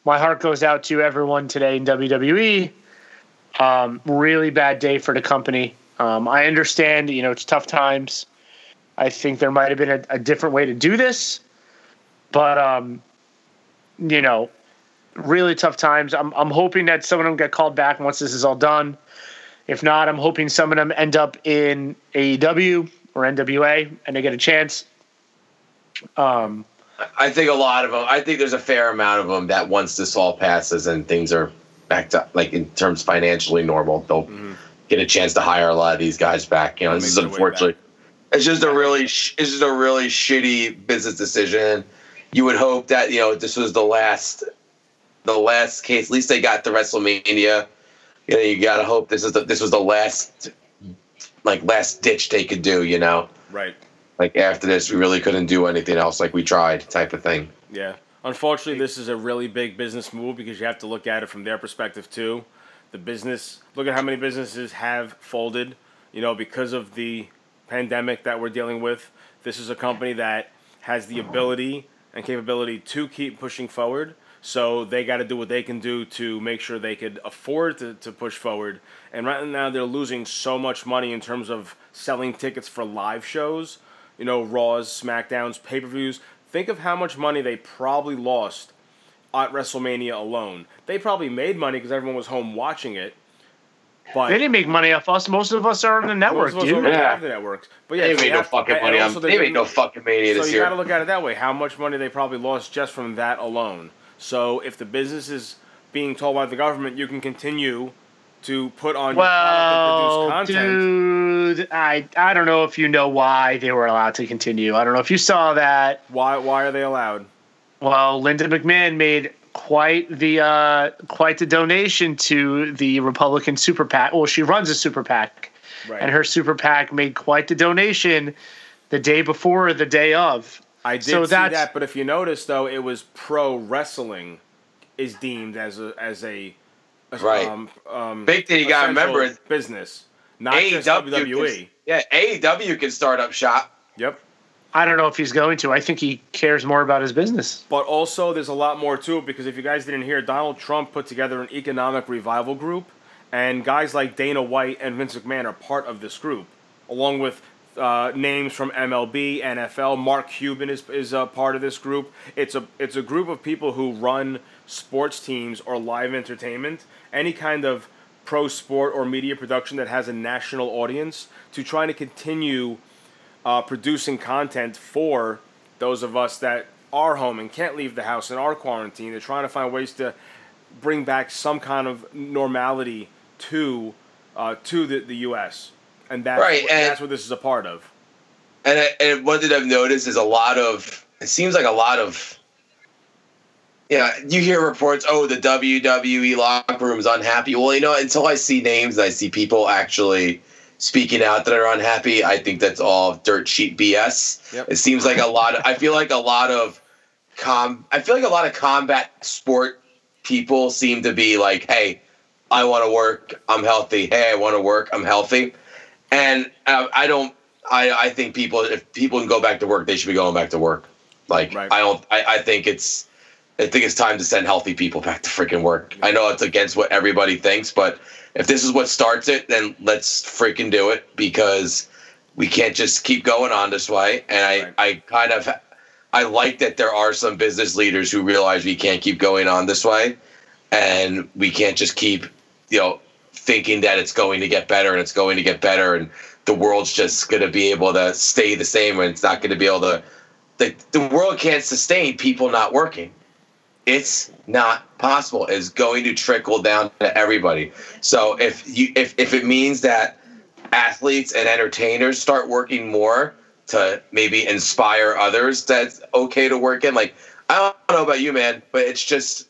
my heart goes out to everyone today in WWE. Um, really bad day for the company. Um, I understand, you know, it's tough times. I think there might have been a, a different way to do this, but um, you know, really tough times. I'm I'm hoping that some of them get called back once this is all done. If not, I'm hoping some of them end up in AEW or NWA and they get a chance. Um, I think a lot of them. I think there's a fair amount of them that once this all passes and things are back to like in terms financially normal, they'll get a chance to hire a lot of these guys back. You know, this is unfortunately. It's just a really, sh- it's just a really shitty business decision. You would hope that you know this was the last, the last case. At least they got to WrestleMania. You know, you gotta hope this is the this was the last, like last ditch they could do. You know, Right. like after this, we really couldn't do anything else. Like we tried, type of thing. Yeah. Unfortunately, this is a really big business move because you have to look at it from their perspective too. The business, look at how many businesses have folded, you know, because of the pandemic that we're dealing with. This is a company that has the ability and capability to keep pushing forward. So they got to do what they can do to make sure they could afford to, to push forward. And right now, they're losing so much money in terms of selling tickets for live shows you know, Raws, SmackDowns, pay per views. Think of how much money they probably lost at WrestleMania alone. They probably made money because everyone was home watching it. But they didn't make money off us. Most of us are on the network, Most of us dude. already have the networks. But yeah, They so made you no have- fucking and money also on- they they made didn't- no fucking money so this you year. gotta look at it that way. How much money they probably lost just from that alone. So if the business is being told by the government, you can continue to put on your Well, product and produce content. dude, I I don't know if you know why they were allowed to continue. I don't know if you saw that. Why why are they allowed? Well, Linda McMahon made quite the uh, quite the donation to the Republican super PAC. Well, she runs a super PAC, Right. and her super PAC made quite the donation the day before, or the day of. I did So see that's- that, but if you notice though, it was pro wrestling is deemed as a as a as, Right. um, um, Big thing you gotta essential remember E is- business, not just Can, WWE. yeah, AEW can start up shop. Yep. I don't know if he's going to. I think he cares more about his business. But also, there's a lot more to it because if you guys didn't hear, Donald Trump put together an economic revival group, and guys like Dana White and Vince McMahon are part of this group, along with uh, names from MLB, NFL. Mark Cuban is is a part of this group. It's a it's a group of people who run sports teams or live entertainment, any kind of pro sport or media production that has a national audience, to try to continue uh, producing content for those of us that are home and can't leave the house and are quarantined. They're trying to find ways to bring back some kind of normality to uh, to the, the U.S. And that's Right, what, and- that's what this is a part of. And I- and one thing I've noticed is a lot of it seems like a lot of yeah. You hear reports, oh, the WWE locker room is unhappy. Well, you know, until I see names and I see people actually speaking out that are unhappy, I think that's all dirt sheet BS. Yep. It seems like a lot. Of, I feel like a lot of com. I feel like a lot of combat sport people seem to be like, hey, I want to work. I'm healthy. Hey, I want to work. I'm healthy. And uh, I don't. I I think people if people can go back to work, they should be going back to work. Like I don't. I, I think it's. I think it's time to send healthy people back to freaking work. I know it's against what everybody thinks, but if this is what starts it, then let's freaking do it because we can't just keep going on this way. And I, I kind of, I like that there are some business leaders who realize we can't keep going on this way, and we can't just keep, you know, thinking that it's going to get better and it's going to get better and the world's just going to be able to stay the same and it's not going to be able to. The, the world can't sustain people not working. It's not possible. It's going to trickle down to everybody. So if you if, if it means that athletes and entertainers start working more to maybe inspire others that's okay to work in like i don't know about you man but it's just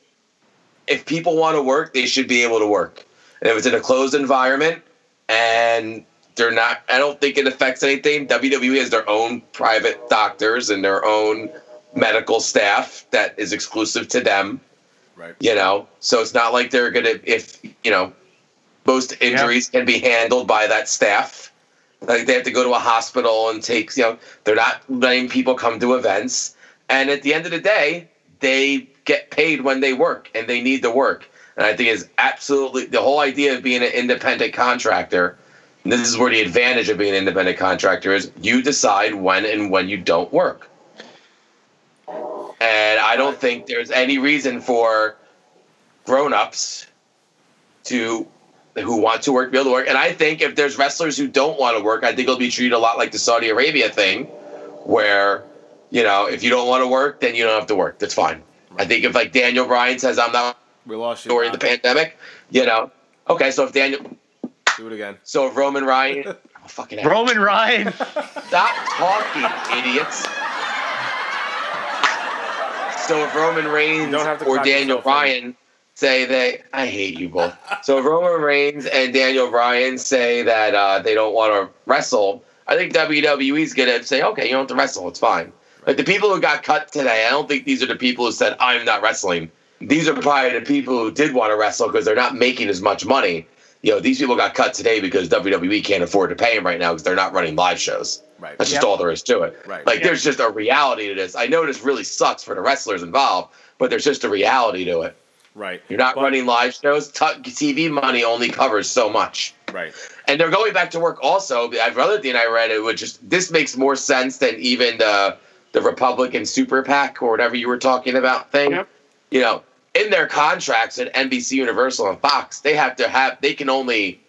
if people want to work they should be able to work and if it's in a closed environment and they're not i don't think it affects anything wwe has their own private doctors and their own medical staff that is exclusive to them Right. you know so it's not like they're gonna if you know most injuries can be handled by that staff like they have to go to a hospital and take you know they're not letting people come to events and at the end of the day they get paid when they work and they need to work and i think is absolutely the whole idea of being an independent contractor and this is where the advantage of being an independent contractor is you decide when and when you don't work and i don't think there's any reason for grown-ups to who want to work be able to work. And I think if there's wrestlers who don't want to work, I think it'll be treated a lot like the Saudi Arabia thing, where you know if you don't want to work, then you don't have to work. That's fine. I think if like Daniel Bryan says I'm not we lost you during the pandemic, you know, okay. So if Daniel, do it again. So if Roman Ryan, oh, fucking hell. Roman Ryan. Stop talking, idiots. So if Roman Reigns or cock Daniel Bryan say that I hate you both. so if Roman Reigns and Daniel Bryan say that uh, they don't want to wrestle, I think WWE's gonna say, okay, you don't have to wrestle, it's fine. Like the people who got cut today, I don't think these are the people who said I'm not wrestling. These are probably the people who did want to wrestle because they're not making as much money. You know, these people got cut today because WWE can't afford to pay them right now because they're not running live shows. Right. That's just all there is to it. Right. Like there's just a reality to this. I know this really sucks for the wrestlers involved, but there's just a reality to it. Right. You're not running live shows. T- TV money only covers so much. Right. And they're going back to work also. I've Another thing I read, it would just this makes more sense than even the the Republican super PAC or whatever you were talking about thing. You know, in their contracts at NBC Universal and Fox, they have to have they can only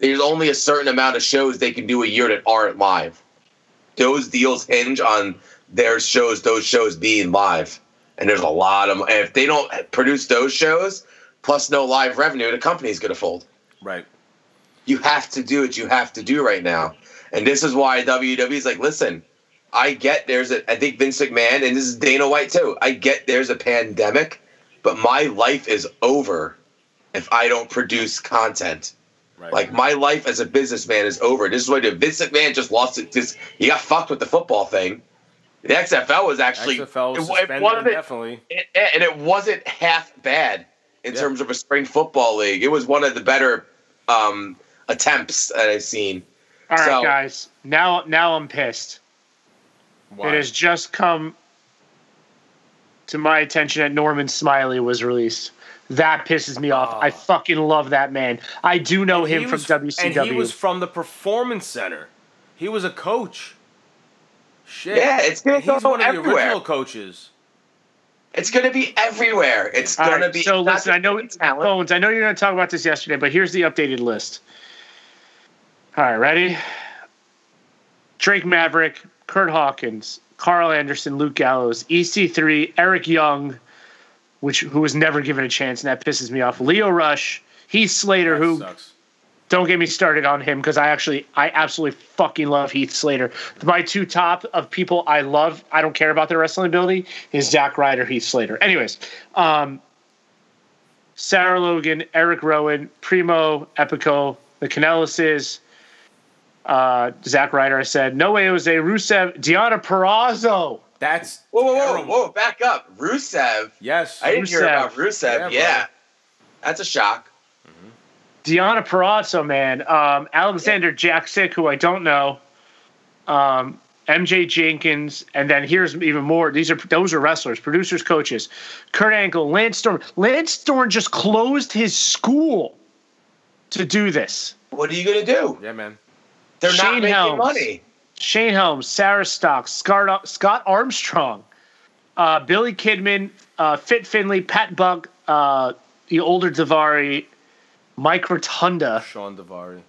there's only a certain amount of shows they can do a year that aren't live. Those deals hinge on their shows, those shows being live. And there's a lot of, and if they don't produce those shows, plus no live revenue, the company's going to fold. Right. You have to do what you have to do right now. And this is why WWE's like, listen, I get there's a, I think Vince McMahon, and this is Dana White too, I get there's a pandemic, but my life is over if I don't produce content. Right. Like my life as a businessman is over. This is what I do. Vince McMahon just lost it. Just he got fucked with the football thing. The XFL was actually XFL was it- it suspended wasn't- indefinitely. it- and it wasn't half bad in terms of a spring football league. It was one of the better um, attempts that I've seen. All right, So- guys. Now, now I'm pissed. Why? It has just come to my attention that Norman Smiley was released. That pisses me off. I fucking love that man. I do know Ah. He him from was- WCW. And he was from the Performance Center. He was a coach. Shit. Yeah, it's gonna He's go one of the everywhere. original coaches. It's going to be everywhere. It's All going right, to be. So not listen, I know Bones. I know you're going to talk about this yesterday, but here's the updated list. All right, ready? Drake Maverick, Kurt Hawkins, Carl Anderson, Luke Gallows, EC3, Eric Young, which who was never given a chance, and that pisses me off. Leo Rush, Heath Slater, who don't get me started on him because I actually I absolutely fucking love Heath Slater. My two top of people I love, I don't care about their wrestling ability, is Zack Ryder, Heath Slater. Anyways, um, Sarah Logan, Eric Rowan, Primo, Epico, the Canellises, uh, Zack Ryder, I said, No Way Jose, Rusev, Diana Perrazzo. That's whoa, whoa, whoa, whoa! Back up, Rusev. Yes, I didn't hear Rusev. about Rusev. Yeah, Yeah, brother. that's a shock. Deanna Perazzo, man. Um, Alexander Jaksic, who I don't know. Um, MJ Jenkins, and then here's even more. These are those are wrestlers, producers, coaches. Kurt Angle, Lance Storm. Lance Storm just closed his school to do this. What are you going to do? Yeah, man. They're not making money. Shane Helms, Sarah Stock, Scott, Scott Armstrong, uh, Billy Kidman, uh, Fit Finley, Pat Buck, uh, the older Davari, Mike Rotunda, Sean Davari.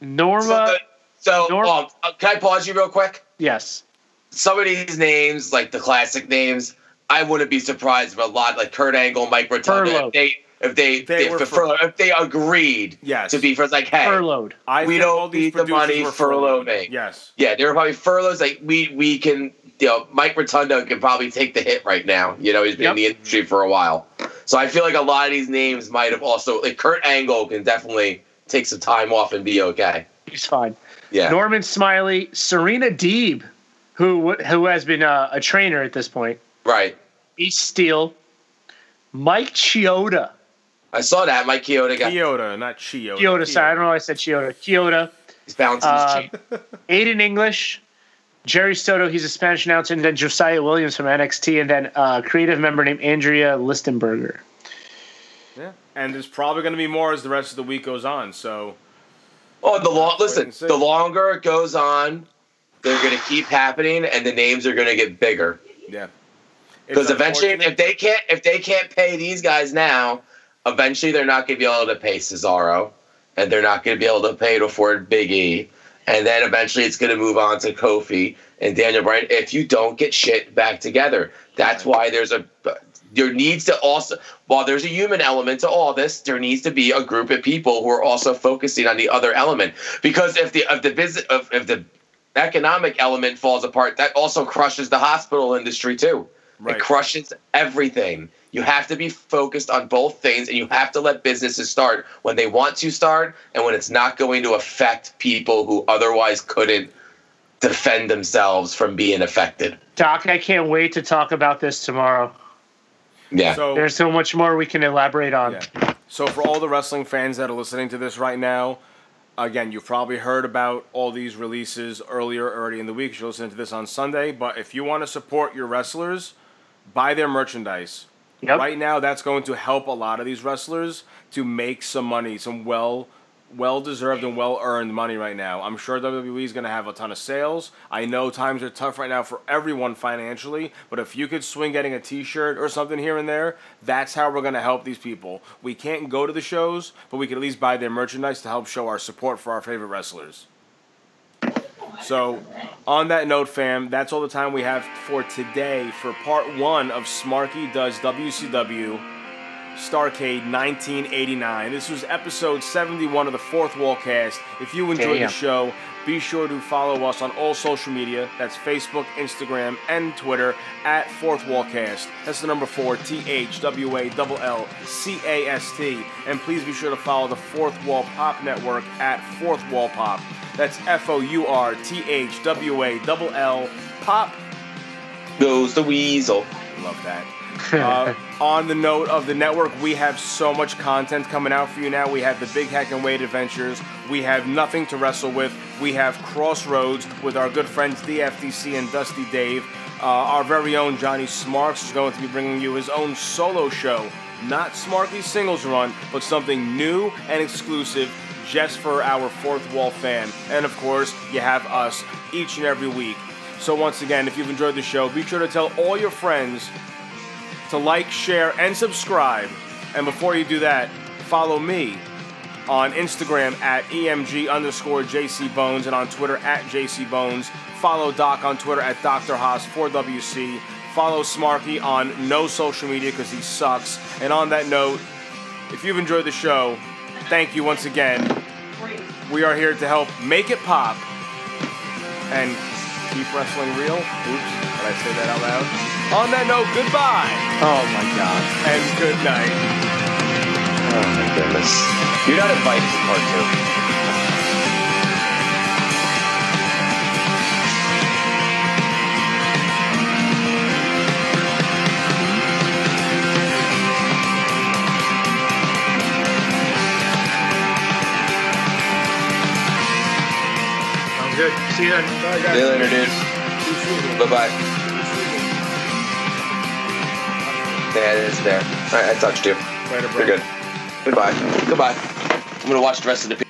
Norma. So, um, uh, can I pause you real quick? Yes. Some of these names, like the classic names, I wouldn't be surprised if a lot, like Kurt Angle, Mike Rotunda, Furloughed. if they if they They if, were the furlough- if they agreed Yes. to be first, like hey, Furloughed. I we think all don't these need the producers money were furlough furloughed. me. Yes. Yeah, there were probably furloughs. Like we we can, you know, Mike Rotundo can probably take the hit right now. You know, he's been in the industry for a while, so I feel like a lot of these names might have also like Kurt Angle can definitely take some time off and be okay. He's fine. Yeah. Norman Smiley, Serena Deeb, who who has been uh, a trainer at this point. Right. East Steele, Mike Chioda. I saw that Mike Chioda got Chioda, not Chioda. Chioda, sorry, I don't know why I said Chioda. Chioda. He's bouncing Uh, Aiden English, Jerry Soto, he's a Spanish announcer, and then Josiah Williams from NXT, and then uh, a creative member named Andrea Listenberger. Yeah. And there's probably going to be more as the rest of the week goes on. So Oh, the long listen. and see. The longer it goes on, they're going to keep happening, and the names are going to get bigger. yeah, Because It's eventually, if they can't if they can't pay these guys now, eventually they're not going to be able to pay Cesaro, and they're not going to be able to pay to afford Big E, and then eventually it's going to move on to Kofi and Daniel Bryan. If you don't get shit back together, that's why there's a there needs to also while there's a human element to all this, there needs to be a group of people who are also focusing on the other element. Because if the if the business if, if the economic element falls apart, that also crushes the hospital industry too. It crushes everything. You have to be focused on both things, and you have to let businesses start when they want to start, and when it's not going to affect people who otherwise couldn't defend themselves from being affected. Doc, I can't wait to talk about this tomorrow. Yeah. So- There's so much more we can elaborate on. So for all the wrestling fans that are listening to this right now, again, you've probably heard about all these releases earlier, already in the week. You're listening to this on Sunday, but if you want to support your wrestlers, buy their merchandise. Right now, that's going to help a lot of these wrestlers to make some money, some well, well deserved and well earned money right now. I'm sure WWE is going to have a ton of sales. I know times are tough right now for everyone financially, but if you could swing getting a T-shirt or something here and there, that's how we're going to help these people. We can't go to the shows, but we can at least buy their merchandise to help show our support for our favorite wrestlers. So, on that note, fam, that's all the time we have for today for part one of Smarky Does WCW. Starcade 1989. This was episode 71 of the Fourth Wall Cast. If you enjoyed Damn. the show, be sure to follow us on all social media. That's Facebook, Instagram, and Twitter at Fourth Wall Cast. That's the number four, T H W A L L C A S T. And please be sure to follow the Fourth Wall Pop Network at Fourth Wall Pop. That's F O U R T H W A L L Pop Goes the weasel. Love that. Uh, on the note of the network, we have so much content coming out for you now. We have the Big Hack and Wade Adventures. We have Nothing to Wrestle With. We have Crossroads with our good friends DFDC and Dusty Dave. Uh, our very own Johnny Smarks is going to be bringing you his own solo show. Not Smarky's singles run, but something new and exclusive just for our fourth wall fan. And of course, you have us each and every week. So, once again, if you've enjoyed the show, be sure to tell all your friends to like, share, and subscribe. And before you do that, follow me on Instagram at EMG underscore JC Bones and on Twitter at JC Bones. Follow Doc on Twitter at Dr. Haas4WC. Follow Smarky on no social media because he sucks. And on that note, if you've enjoyed the show, thank you once again. We are here to help make it pop and keep wrestling real. Oops, did I say that out loud? On that note, goodbye. Oh my god. And good night. Oh my goodness. You're not invited to part two. Sounds good. See you then. See you later, dude. Bye bye. Yeah, it is there. All right, I touched you. Later, bro. You're good. Goodbye. Goodbye. I'm gonna watch the rest of the